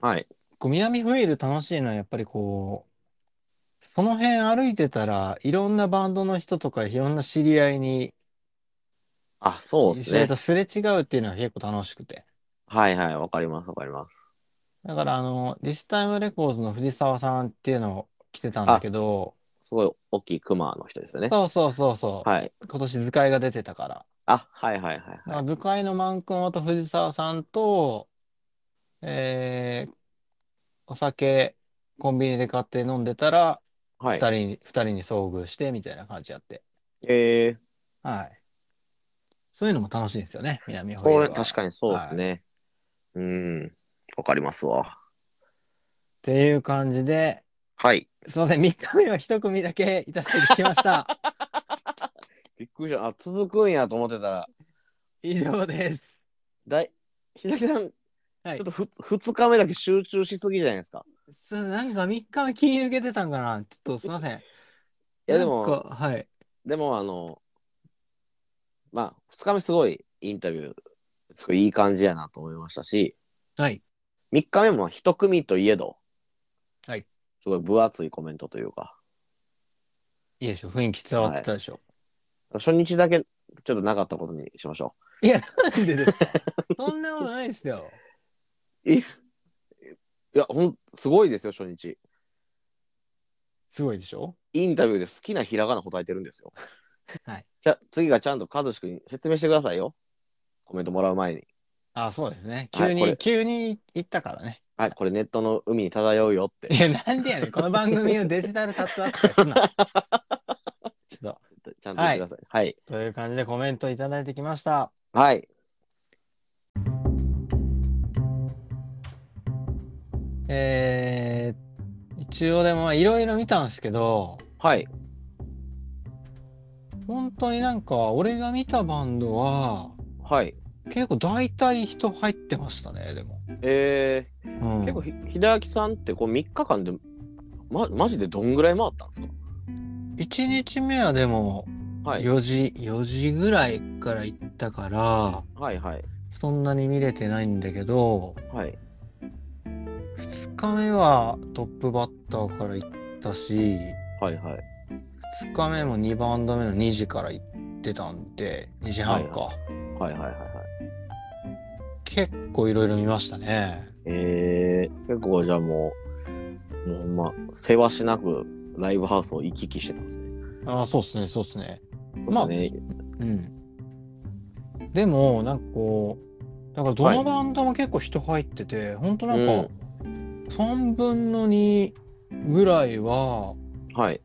S2: はい。
S1: こう南フエル楽しいのはやっぱりこう、その辺歩いてたら、いろんなバンドの人とか、いろんな知り合いに、
S2: あ、そうで
S1: 知
S2: す
S1: り合
S2: ね
S1: いと。すれ違うっていうのが結構楽しくて。
S2: はいはい、わかります、わかります。
S1: だから、あの、ディスタイムレコーズの藤沢さんっていうのを来てたんだけど、
S2: すごい大きいクマの人ですよね。
S1: そうそうそうそう。
S2: はい。
S1: 今年図解が出てたから。
S2: あ、はいはいは
S1: だ
S2: い。
S1: から図解のマン君と藤沢さんと、えーお酒コンビニで買って飲んでたら、
S2: は
S1: 二
S2: い
S1: 人に、二人に遭遇してみたいな感じやって。
S2: え
S1: はい。そういうのも楽しいんですよね、南
S2: ー、
S1: 保
S2: そ
S1: 育
S2: れ
S1: は。
S2: 確かにそうですね。うん、わかりますわ。
S1: っていう感じで、
S2: はい。
S1: すいません、3日目は一組だけいただいてきま した。
S2: びっくりした。あ、続くんやと思ってたら。
S1: 以上です。
S2: だい、ひだきさん、
S1: はい
S2: ちょっとふ2日目だけ集中しすぎじゃないですか。
S1: すなんか3日目気抜けてたんかなちょっとすいません。い
S2: いやでも
S1: はい。
S2: でもあの、まあ、2日目すごいインタビュー、すごいいい感じやなと思いましたし、
S1: はい。
S2: 3日目も一組といえど、
S1: はい。
S2: すごい分厚いコメントというか、
S1: いいでしょ、雰囲気伝わってたでしょ。
S2: 初日だけちょっとなかったことにしましょ
S1: い、や、なんでです かそんなことないですよ。
S2: う。いや、ほん、すごいですよ、初日。
S1: すごいでしょ
S2: インタビューで好きなひらがな答えてるんですよ。
S1: はい。
S2: じゃ、次がちゃんと和志くんに説明してくださいよ。コメントもらう前に。
S1: あ、そうですね。
S2: はい
S1: 急に、
S2: これ
S1: 急に行ったからね。
S2: はい、これネットの海に漂うよって。
S1: いや、なんでやねん。この番組をデジタルタトゥー扱い すな。ちょっ
S2: ちゃんと言ってください。はい。
S1: と。という感じでコメントいただいてきました。
S2: はい。
S1: えー、一応でもまあいろいろ見たんですけど、
S2: はい。
S1: 本当になんか俺が見たバンドは、
S2: はい。
S1: 結構大体人入ってましたね、でも。
S2: え
S1: う
S2: ー、
S1: ん
S2: 結構ひ、ひだきさんってこう3日間で、ま、マジでどんぐらい回ったんですか
S1: 1日目はでも
S2: はい。
S1: 4時、4時ぐらいから行ったから、
S2: はいはい。
S1: そんなに見れてないんだけど、
S2: はい。
S1: 2日目はトップバッターから行ったし、
S2: はいはい。
S1: 2日目も2バンド目の2時から行ってたんで、2時半か。
S2: はいはいはいはい。
S1: 結構いろいろ見ましたね。
S2: えー、結構じゃあもう、もうほんま、せわしなくライブハウスを行き来してたんですね。
S1: ああ、そうっすね、そうっすね。
S2: まあ、ね、
S1: うん。でも、なんかこう、だからど
S2: はい
S1: のバンドも結構人入ってて、ほんとなん
S2: う
S1: か、3分の2ぐらいは
S2: はい。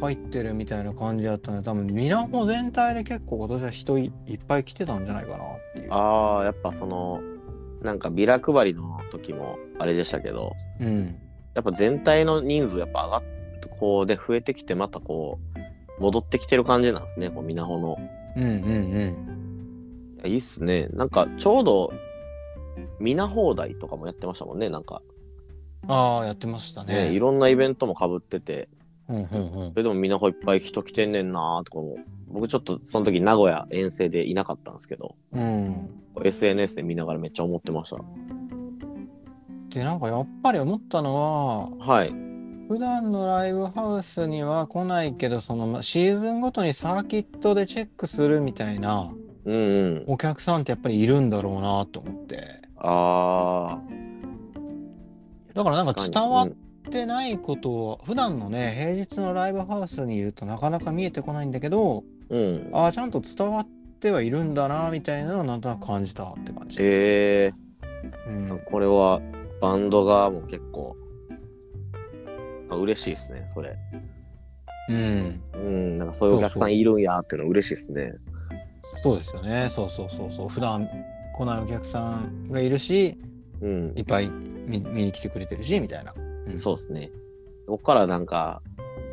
S1: 入ってるみたいな感じだったので、多分、ミナホ全体で結構今年は人いいっぱい来てたんじゃないかなっていう。
S2: ああ、やっぱその、なんかビラ配りの時もあれでしたけど、
S1: うん。
S2: やっぱ全体の人数やっぱ上がって、こうで増えてきて、またこう、戻ってきてる感じなんですね、こう、みなほの。
S1: うんうん
S2: いやいいっすね。なんか、ちょうど、みな放題とかもやってましたもんね、なんか。
S1: うん。ああ、やってました
S2: ね、い
S1: ね。
S2: ろんなイベントもかぶってて、
S1: うんうんうん
S2: そ。れでもみなほいっぱい人来てんねんなーとかも、僕ちょっとその時名古屋遠征でいなかったんですけど、
S1: うん。
S2: SNS で見ながらめっちゃ思ってました。
S1: で、なんかやっぱり思ったのは、
S2: はい。
S1: 普段のライブハウスには来ないけど、そのまシーズンごとにサーキットでチェックするみたいな
S2: うんうん。
S1: お客さんってやっぱりいるんだろうなと思って。
S2: あ
S1: だからなんか
S2: 確かに
S1: 伝わってないことを、普段のね、平日のライブハウスにいるとなかなか見えてこないんだけど、
S2: ー。うん。
S1: ああ、ちゃんと伝わってはいるんだなみたいなのをなんとなく感じたって感じ。
S2: え
S1: う
S2: ー、
S1: ん、
S2: これはバンド側も結構、あ嬉しいですね、それ。
S1: うん。
S2: うん、なんかそういうお客さんいるんやーっていうの嬉しいですね。
S1: そうですよね。そうそうそうそう。普段来ないお客さんがいるし、
S2: うん
S1: いっぱい見見に来てくれてるし、みたいな。うん
S2: そうですね。こっからなんか、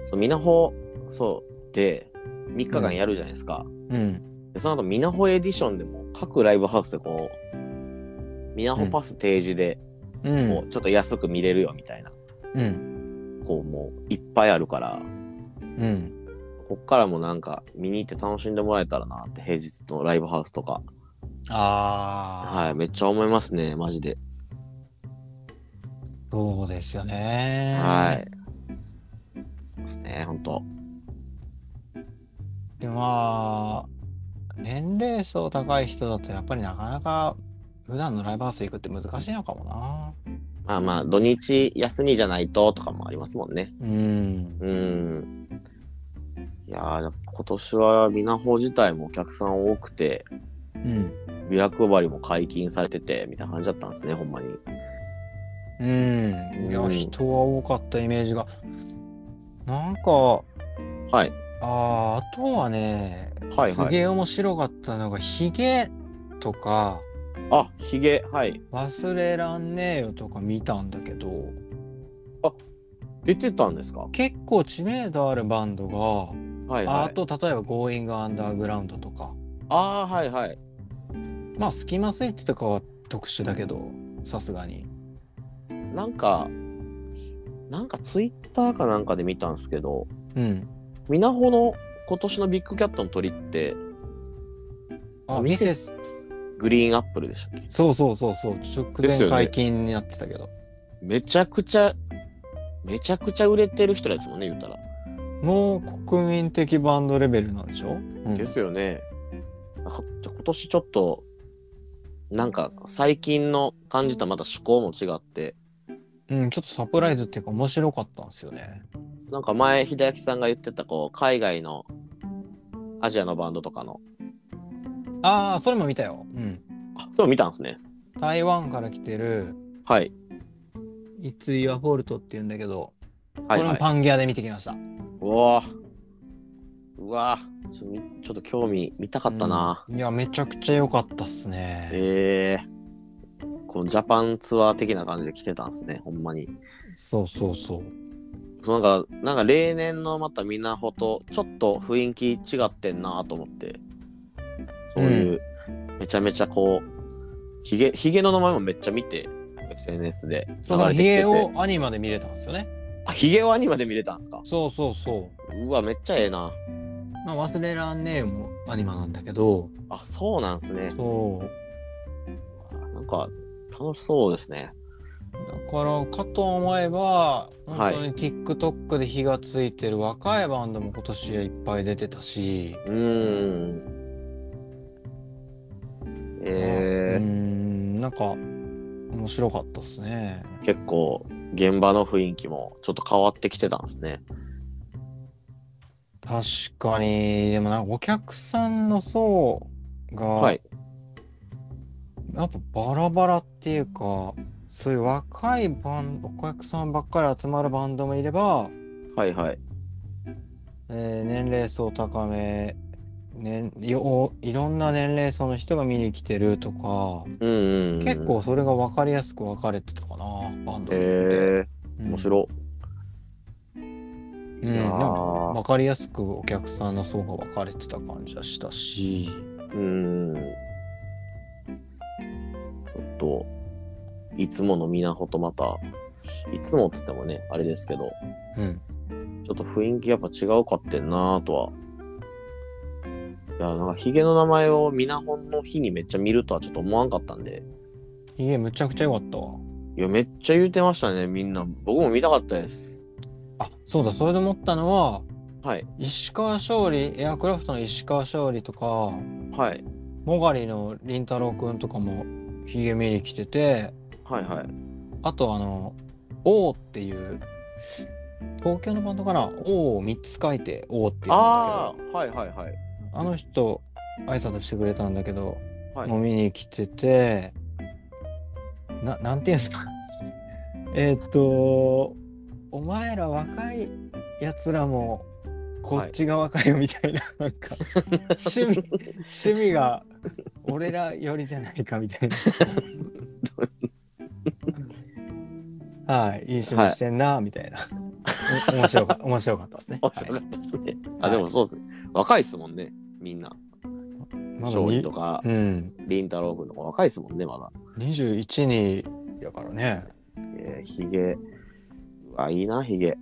S2: そう、みなほ、そう、で、3日間やるじゃないですか。
S1: うん。
S2: でその後、みなほエディションでも、各ライブハウスでこう、みなほパス提示で、
S1: うん
S2: こう、ちょっと安く見れるよみたいな、
S1: うん
S2: こう、もう、いっぱいあるから、
S1: うん
S2: こっからもなんか、見に行って楽しんでもらえたらなって、平日のライブハウスとか。
S1: ああ
S2: はい、めっちゃ思いますね、マジで。
S1: そうですよね
S2: はい。そうですね、本当
S1: でまあ年齢層高い人だとやっぱりなかなか普段のライブハウス行くって難しいのかもな
S2: まあまあ、土日休みじゃないととかもありますもんね。
S1: うん
S2: うん。いやー、今年はみなほ自体もお客さん多くて、
S1: うん
S2: ビラ配りも解禁されてて、みたいな感じだったんですね、ほんまに。
S1: うんいや
S2: うん
S1: 人は多かったイメージがなんか
S2: はい。
S1: あーあとはね、
S2: はいはい
S1: すげえ面白かったのがヒゲとか
S2: あヒゲはい
S1: 忘れらんねえよとか見たんだけど
S2: 出てたんですか
S1: 結構知名度あるバンドが、
S2: はいはい
S1: あと例えば「Going Underground」とか
S2: ああ、はいはい。
S1: まあスキマスイッチとかは特殊だけどさすがに
S2: なんか、なんかツイッターかなんかで見たんですけど、
S1: うん
S2: みなほの今年のビッグキャットの鳥って、
S1: あ
S2: ミ
S1: ミ
S2: セ
S1: セ
S2: ス
S1: ス
S2: グリーンアップルでしたっけ
S1: そうそうそうそう直
S2: です
S1: 前
S2: よね
S1: 解禁になってたけど、
S2: めちゃくちゃ、めちゃくちゃ売れてる人ですもんね、言ったら。
S1: もう国民的バンドレベルなんでしょ、うん
S2: ですよね。なんかじゃあ今年ちょっと、なんか最近の感じとはまた趣向も違って、
S1: うん、ちょっとサプライズっていうか面白かったんですよね
S2: なんか前、秀明さんが言ってた、こう、海外のアジアのバンドとかの、
S1: ああそれも見たよ、うん、
S2: あそう見たんですね。
S1: 台湾から来てる
S2: はい。
S1: いつイワフォルトっていうんだけど、
S2: はい、
S1: これ
S2: は
S1: も
S2: い。
S1: パンギアで見てきました
S2: うわぁうわぁちょみちょっと興味見たかったな。
S1: いやめちゃくちゃ良かったっすね
S2: ええこのジャパンツアー的な感じで来てたんですね、ほんまに。
S1: そうそうそう
S2: なんか、なんか例年のまたみなほと、ちょっと雰囲気違ってんなと思って、そういう、めちゃめちゃこう、ひげ、ひげの名前もめっちゃ見て、SNS で流
S1: そうだか
S2: れ
S1: ら
S2: てき
S1: ヒ
S2: てて。
S1: ゲをアニマで見れたんですよね
S2: あ、ひげをアニマで見れたんですか
S1: そうそうそう
S2: わ、めっちゃええな。
S1: う、まあ、忘れらんねえよもアニマなんだけど
S2: あ、そうなんすね。
S1: そう
S2: なんか、楽しそうですね。
S1: だからかと思えば
S2: は
S1: 本
S2: い
S1: 当に TikTok で火がついてる若いバンドも今年いっぱい出てたし、
S2: うーん。え
S1: うー
S2: ー
S1: んなんか面白かったっすね
S2: 結構現場の雰囲気もちょっと変わってきてたんですね。
S1: 確かにでもなんかお客さんの層が、
S2: はい
S1: やっぱバラバラっていうかそういう若いバンお客さんばっかり集まるバンドもいれば、
S2: はいはい。
S1: えー年齢層高め、ね、よいろんな年齢層の人が見に来てるとか
S2: うんうんうん。
S1: 結構それが分かりやすく分かれてたかなバンドって、
S2: え
S1: う
S2: ー、
S1: ん
S2: 面白。
S1: うん、
S2: いや
S1: なんか
S2: ー
S1: 分かりやすくお客さんの層が分かれてた感じはしたし
S2: うん。ちょっと、いつものみなほとまた、いつもっつってもね、あれですけど、
S1: うん
S2: ちょっと雰囲気やっぱ違うかってんなぁとは。いや、なんかヒゲの名前をみなほんの日にめっちゃ見るとはちょっと思わんかったんで、
S1: いえむちゃくちゃ良かったわ
S2: いや、めっちゃ言うてましたね、みんな。僕も見たかったです。
S1: あそうだそれで思ったのは
S2: はい。
S1: 石川勝利エアクラフトの石川勝利とか
S2: はい。
S1: もがりの凛太郎くんとかもひげ見に来てて
S2: はいはい。
S1: あとあの「王」っていう東京のバンドかな「王」を3つ書いて「王」っていうんだ
S2: ああ、はいはいは
S1: け
S2: い。
S1: どあの人挨拶してくれたんだけど、
S2: はい
S1: もう見に来ててななんていうんですか えーっとお前ら若いやつらもこっちが若いよみたいな,、なんか趣味趣味が俺らよりじゃないかみたいなはいいい趣味してんな、みたいなお面白か面白かったですね、
S2: 面
S1: は
S2: 白
S1: い、
S2: かったですね。あ、でもそうですね。若いっすもんね、みんな。
S1: まだ
S2: 勝利
S1: に
S2: とか
S1: う、ん
S2: りんたろうくんとか若いっすもんね、まだ。
S1: 21にやからね
S2: えー、ヒゲ。うわ、いいな、ヒゲ。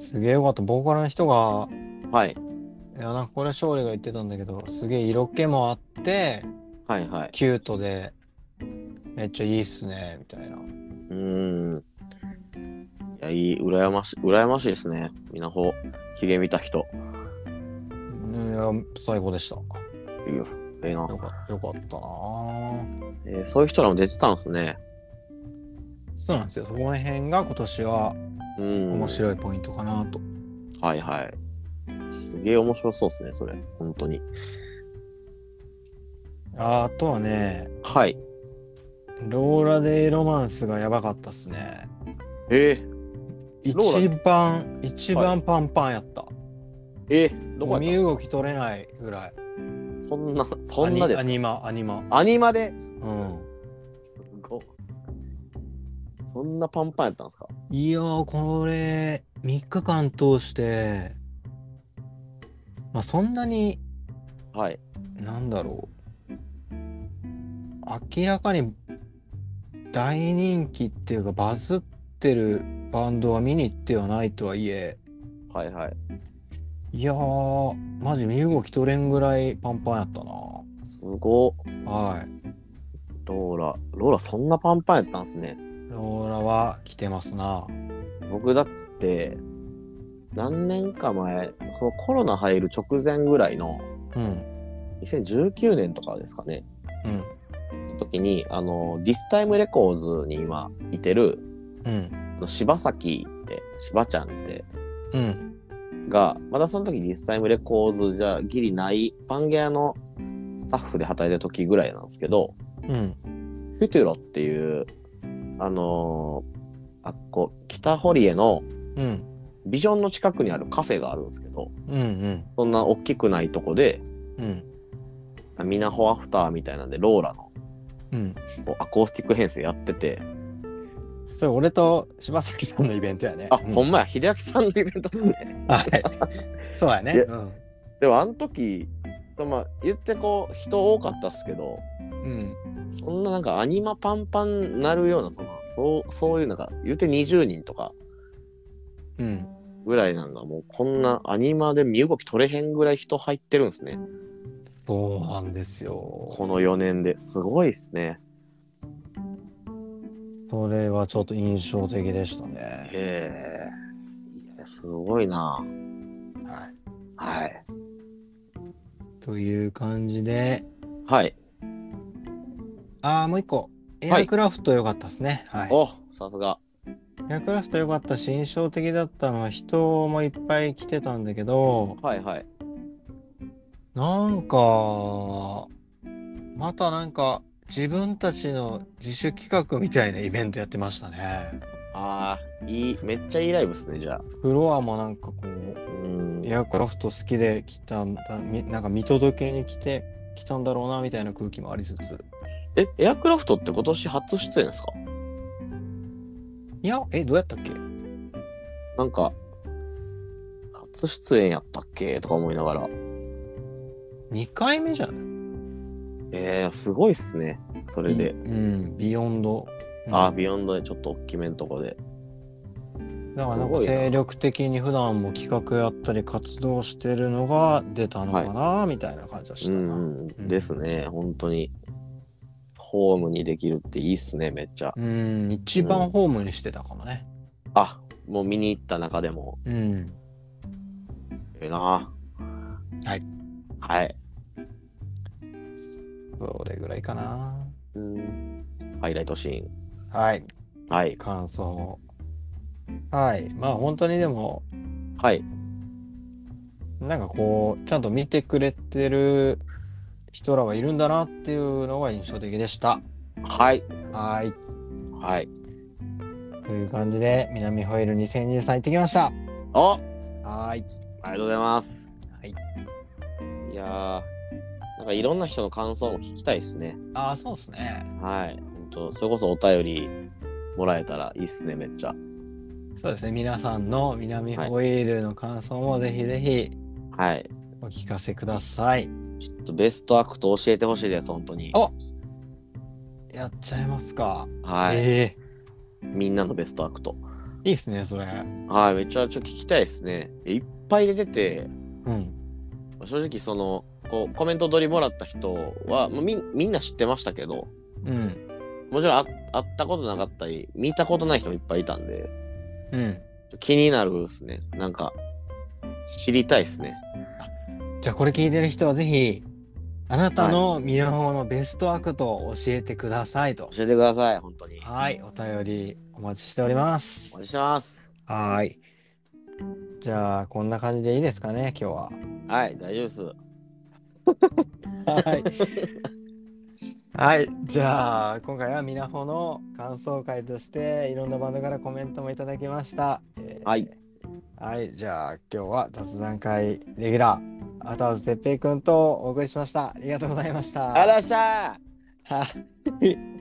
S1: すげえよかったボーカルの人が
S2: はい。
S1: いやなんかこれ勝利が言ってたんだけどすげえ色気もあって
S2: はいはい。
S1: キュートでめっちゃいいっすねみたいな
S2: うーん。いや、いい、羨まし、羨ましいですね。みなほ、ひげ見た人。
S1: うんいや、最高でした。
S2: いいよ、ええな。よ
S1: かったな
S2: えーそういう人らも出てたんですね。
S1: そうなんですよ。そこら辺が今年は
S2: うん。
S1: 面白いポイントかなと。
S2: はいはい。すげえ面白そうですね、それ。本当に。
S1: あとはね、
S2: はい。
S1: ローラ・デイ・ロマンスがやばかったっすね。
S2: え
S1: 一
S2: ロー
S1: 番、一番パンパンやった。
S2: え
S1: どこ身動き取れないぐらい。
S2: そんな、そんなです
S1: ア
S2: か
S1: ニマ、アニマ。
S2: アニマで、
S1: うん。
S2: すごいそんなパンパンやったんですか
S1: いやー、これ、3日間通して、まあ、そんなに、
S2: はい。
S1: なんだろう。明らかに大人気っていうか、バズってるバンドは見に行ってはないとはいえ、
S2: はいはい。
S1: いやー、マジ身動き取れんぐらいパンパンやったな。
S2: すごっ
S1: はい。
S2: ローラ、ローラそんなパンパンやったんですね。
S1: ローラは来てますな。
S2: 僕だって、何年か前、そのコロナ入る直前ぐらいの、
S1: うん。
S2: 2019年とかですかね、
S1: うん。
S2: 時に、あの、ディスタイムレコーズに今いてる、
S1: うん。
S2: あの柴崎って、柴ちゃんって、
S1: うん。
S2: が、まだその時ディスタイムレコーズじゃギリない、パンゲアのスタッフで働いてる時ぐらいなんですけど、
S1: うん。
S2: フィトゥロっていう、あのーあっこ、北堀江の
S1: うん。
S2: ビジョンの近くにあるカフェがあるんですけど、
S1: うん。うん。
S2: そんな大きくないとこで、
S1: うん。
S2: ミナホアフターみたいなんで、ローラの
S1: うん。
S2: こうアコースティック編成やってて、
S1: それ俺と柴崎さんのイベントやね。
S2: あ、
S1: う
S2: ほんまや、秀明さんのイベントですね。
S1: はい。そうやね。
S2: いや
S1: うん。
S2: でもあの時そのまあ言ってこう人多かったっすけど
S1: うん。
S2: そんななんかアニマパンパンなるようなそのそうそういうのが言って20人とか
S1: うん。
S2: ぐらいなんだもうこんなアニマで身動き取れへんぐらい人入ってるんですね
S1: そうなんですよ。
S2: この4年ですごいっすね
S1: それはちょっと印象的でしたね。
S2: へえいやすごいな
S1: はい。
S2: はい
S1: という感じで、
S2: はい
S1: ああ、もう一個。エアクラフト良かったですね。はい。
S2: おさすが
S1: エアクラフト良かったし、印象的だったのは人もいっぱい来てたんだけど、
S2: はいはい
S1: なんか、またなんか、自分たちの自主企画みたいなイベントやってましたね。
S2: あーいいめっちゃいいライブっすねじゃあ
S1: フロアもなんかこう、
S2: うん
S1: エアクラフト好きで来たんだ、みなんか見届けに来て、来たんだろうな、みたいな空気もありつつ。
S2: えエアクラフトって今年初出演ですか
S1: いや、え、どうやったっけ
S2: なんか、初出演やったっけとか思いながら。
S1: ?2 回目じゃない
S2: えー、すごいっすね。それで。
S1: うん、ビヨンド。うん
S2: あー、ビヨンドでちょっと大きめのとこで。
S1: だからなん
S2: す
S1: か
S2: ごいな
S1: 精力的に普段も企画やったり活動してるのが出たのかな、みたいな感じはし
S2: う
S1: たな。
S2: ん、うん、ですね。本当に。ホームにできるっていいっすね、めっちゃ。
S1: うん、一番ホームにしてたかもね。
S2: あ、もう見に行った中でも。
S1: うん。
S2: ええな。
S1: はい。
S2: はい。
S1: それぐらいかな。
S2: うん。ハイライトシーン。
S1: はい、
S2: はい。
S1: 感想。はい、まあ本当にでも、
S2: はい。
S1: なんかこう、ちゃんと見てくれてる人らはいるんだなっていうのが印象的でした。
S2: はい。
S1: はい。
S2: はい。
S1: という感じで、南ホイール2023行ってきました。
S2: お
S1: はい。
S2: ありがとうございます。
S1: はい。
S2: いやー、なんかいろんな人の感想も聞きたいですね。
S1: ああ、そうですね。
S2: はい。本当それこそお便りもらえたらいいっすね、めっちゃ。
S1: そうですね。皆さんの南ホイールの感想もぜひぜひ
S2: はい。
S1: お聞かせください。
S2: ちょっとベストアクト教えてほしいです、本当に。
S1: おやっちゃいますか。
S2: はい、
S1: え
S2: みんなのベストアクト。
S1: えいいですね、それ。
S2: はい。めっちゃちょっと聞きたいですね。いっぱい出てて、
S1: うん。
S2: 正直その、こうコメント取りもらった人は、まあ、みみんな知ってましたけど、
S1: うん。
S2: もちろんあ会ったことなかったり、見たことない人もいっぱいいたんで、
S1: うん。
S2: 気になるですね。なんか、知りたいですね。
S1: じゃあこれ聞いてる人はぜひ、あなたのミラノのベストアクトを教えてくださいと。
S2: 教えてください、本当に。
S1: はい、お便りお待ちしております。お
S2: 願いします。
S1: はーい。じゃあこんな感じでいいですかね、今日は。
S2: はい、大丈夫です。
S1: はい、じゃあ今回はミナホの感想会としていろんなバンドからコメントもいただきました。えー
S2: はい。
S1: はい、じゃあ今日は雑談会レギュラー、あたわずてっぺいくんとお送りしました。ありがとうございました。
S2: ありがとうございました
S1: はい。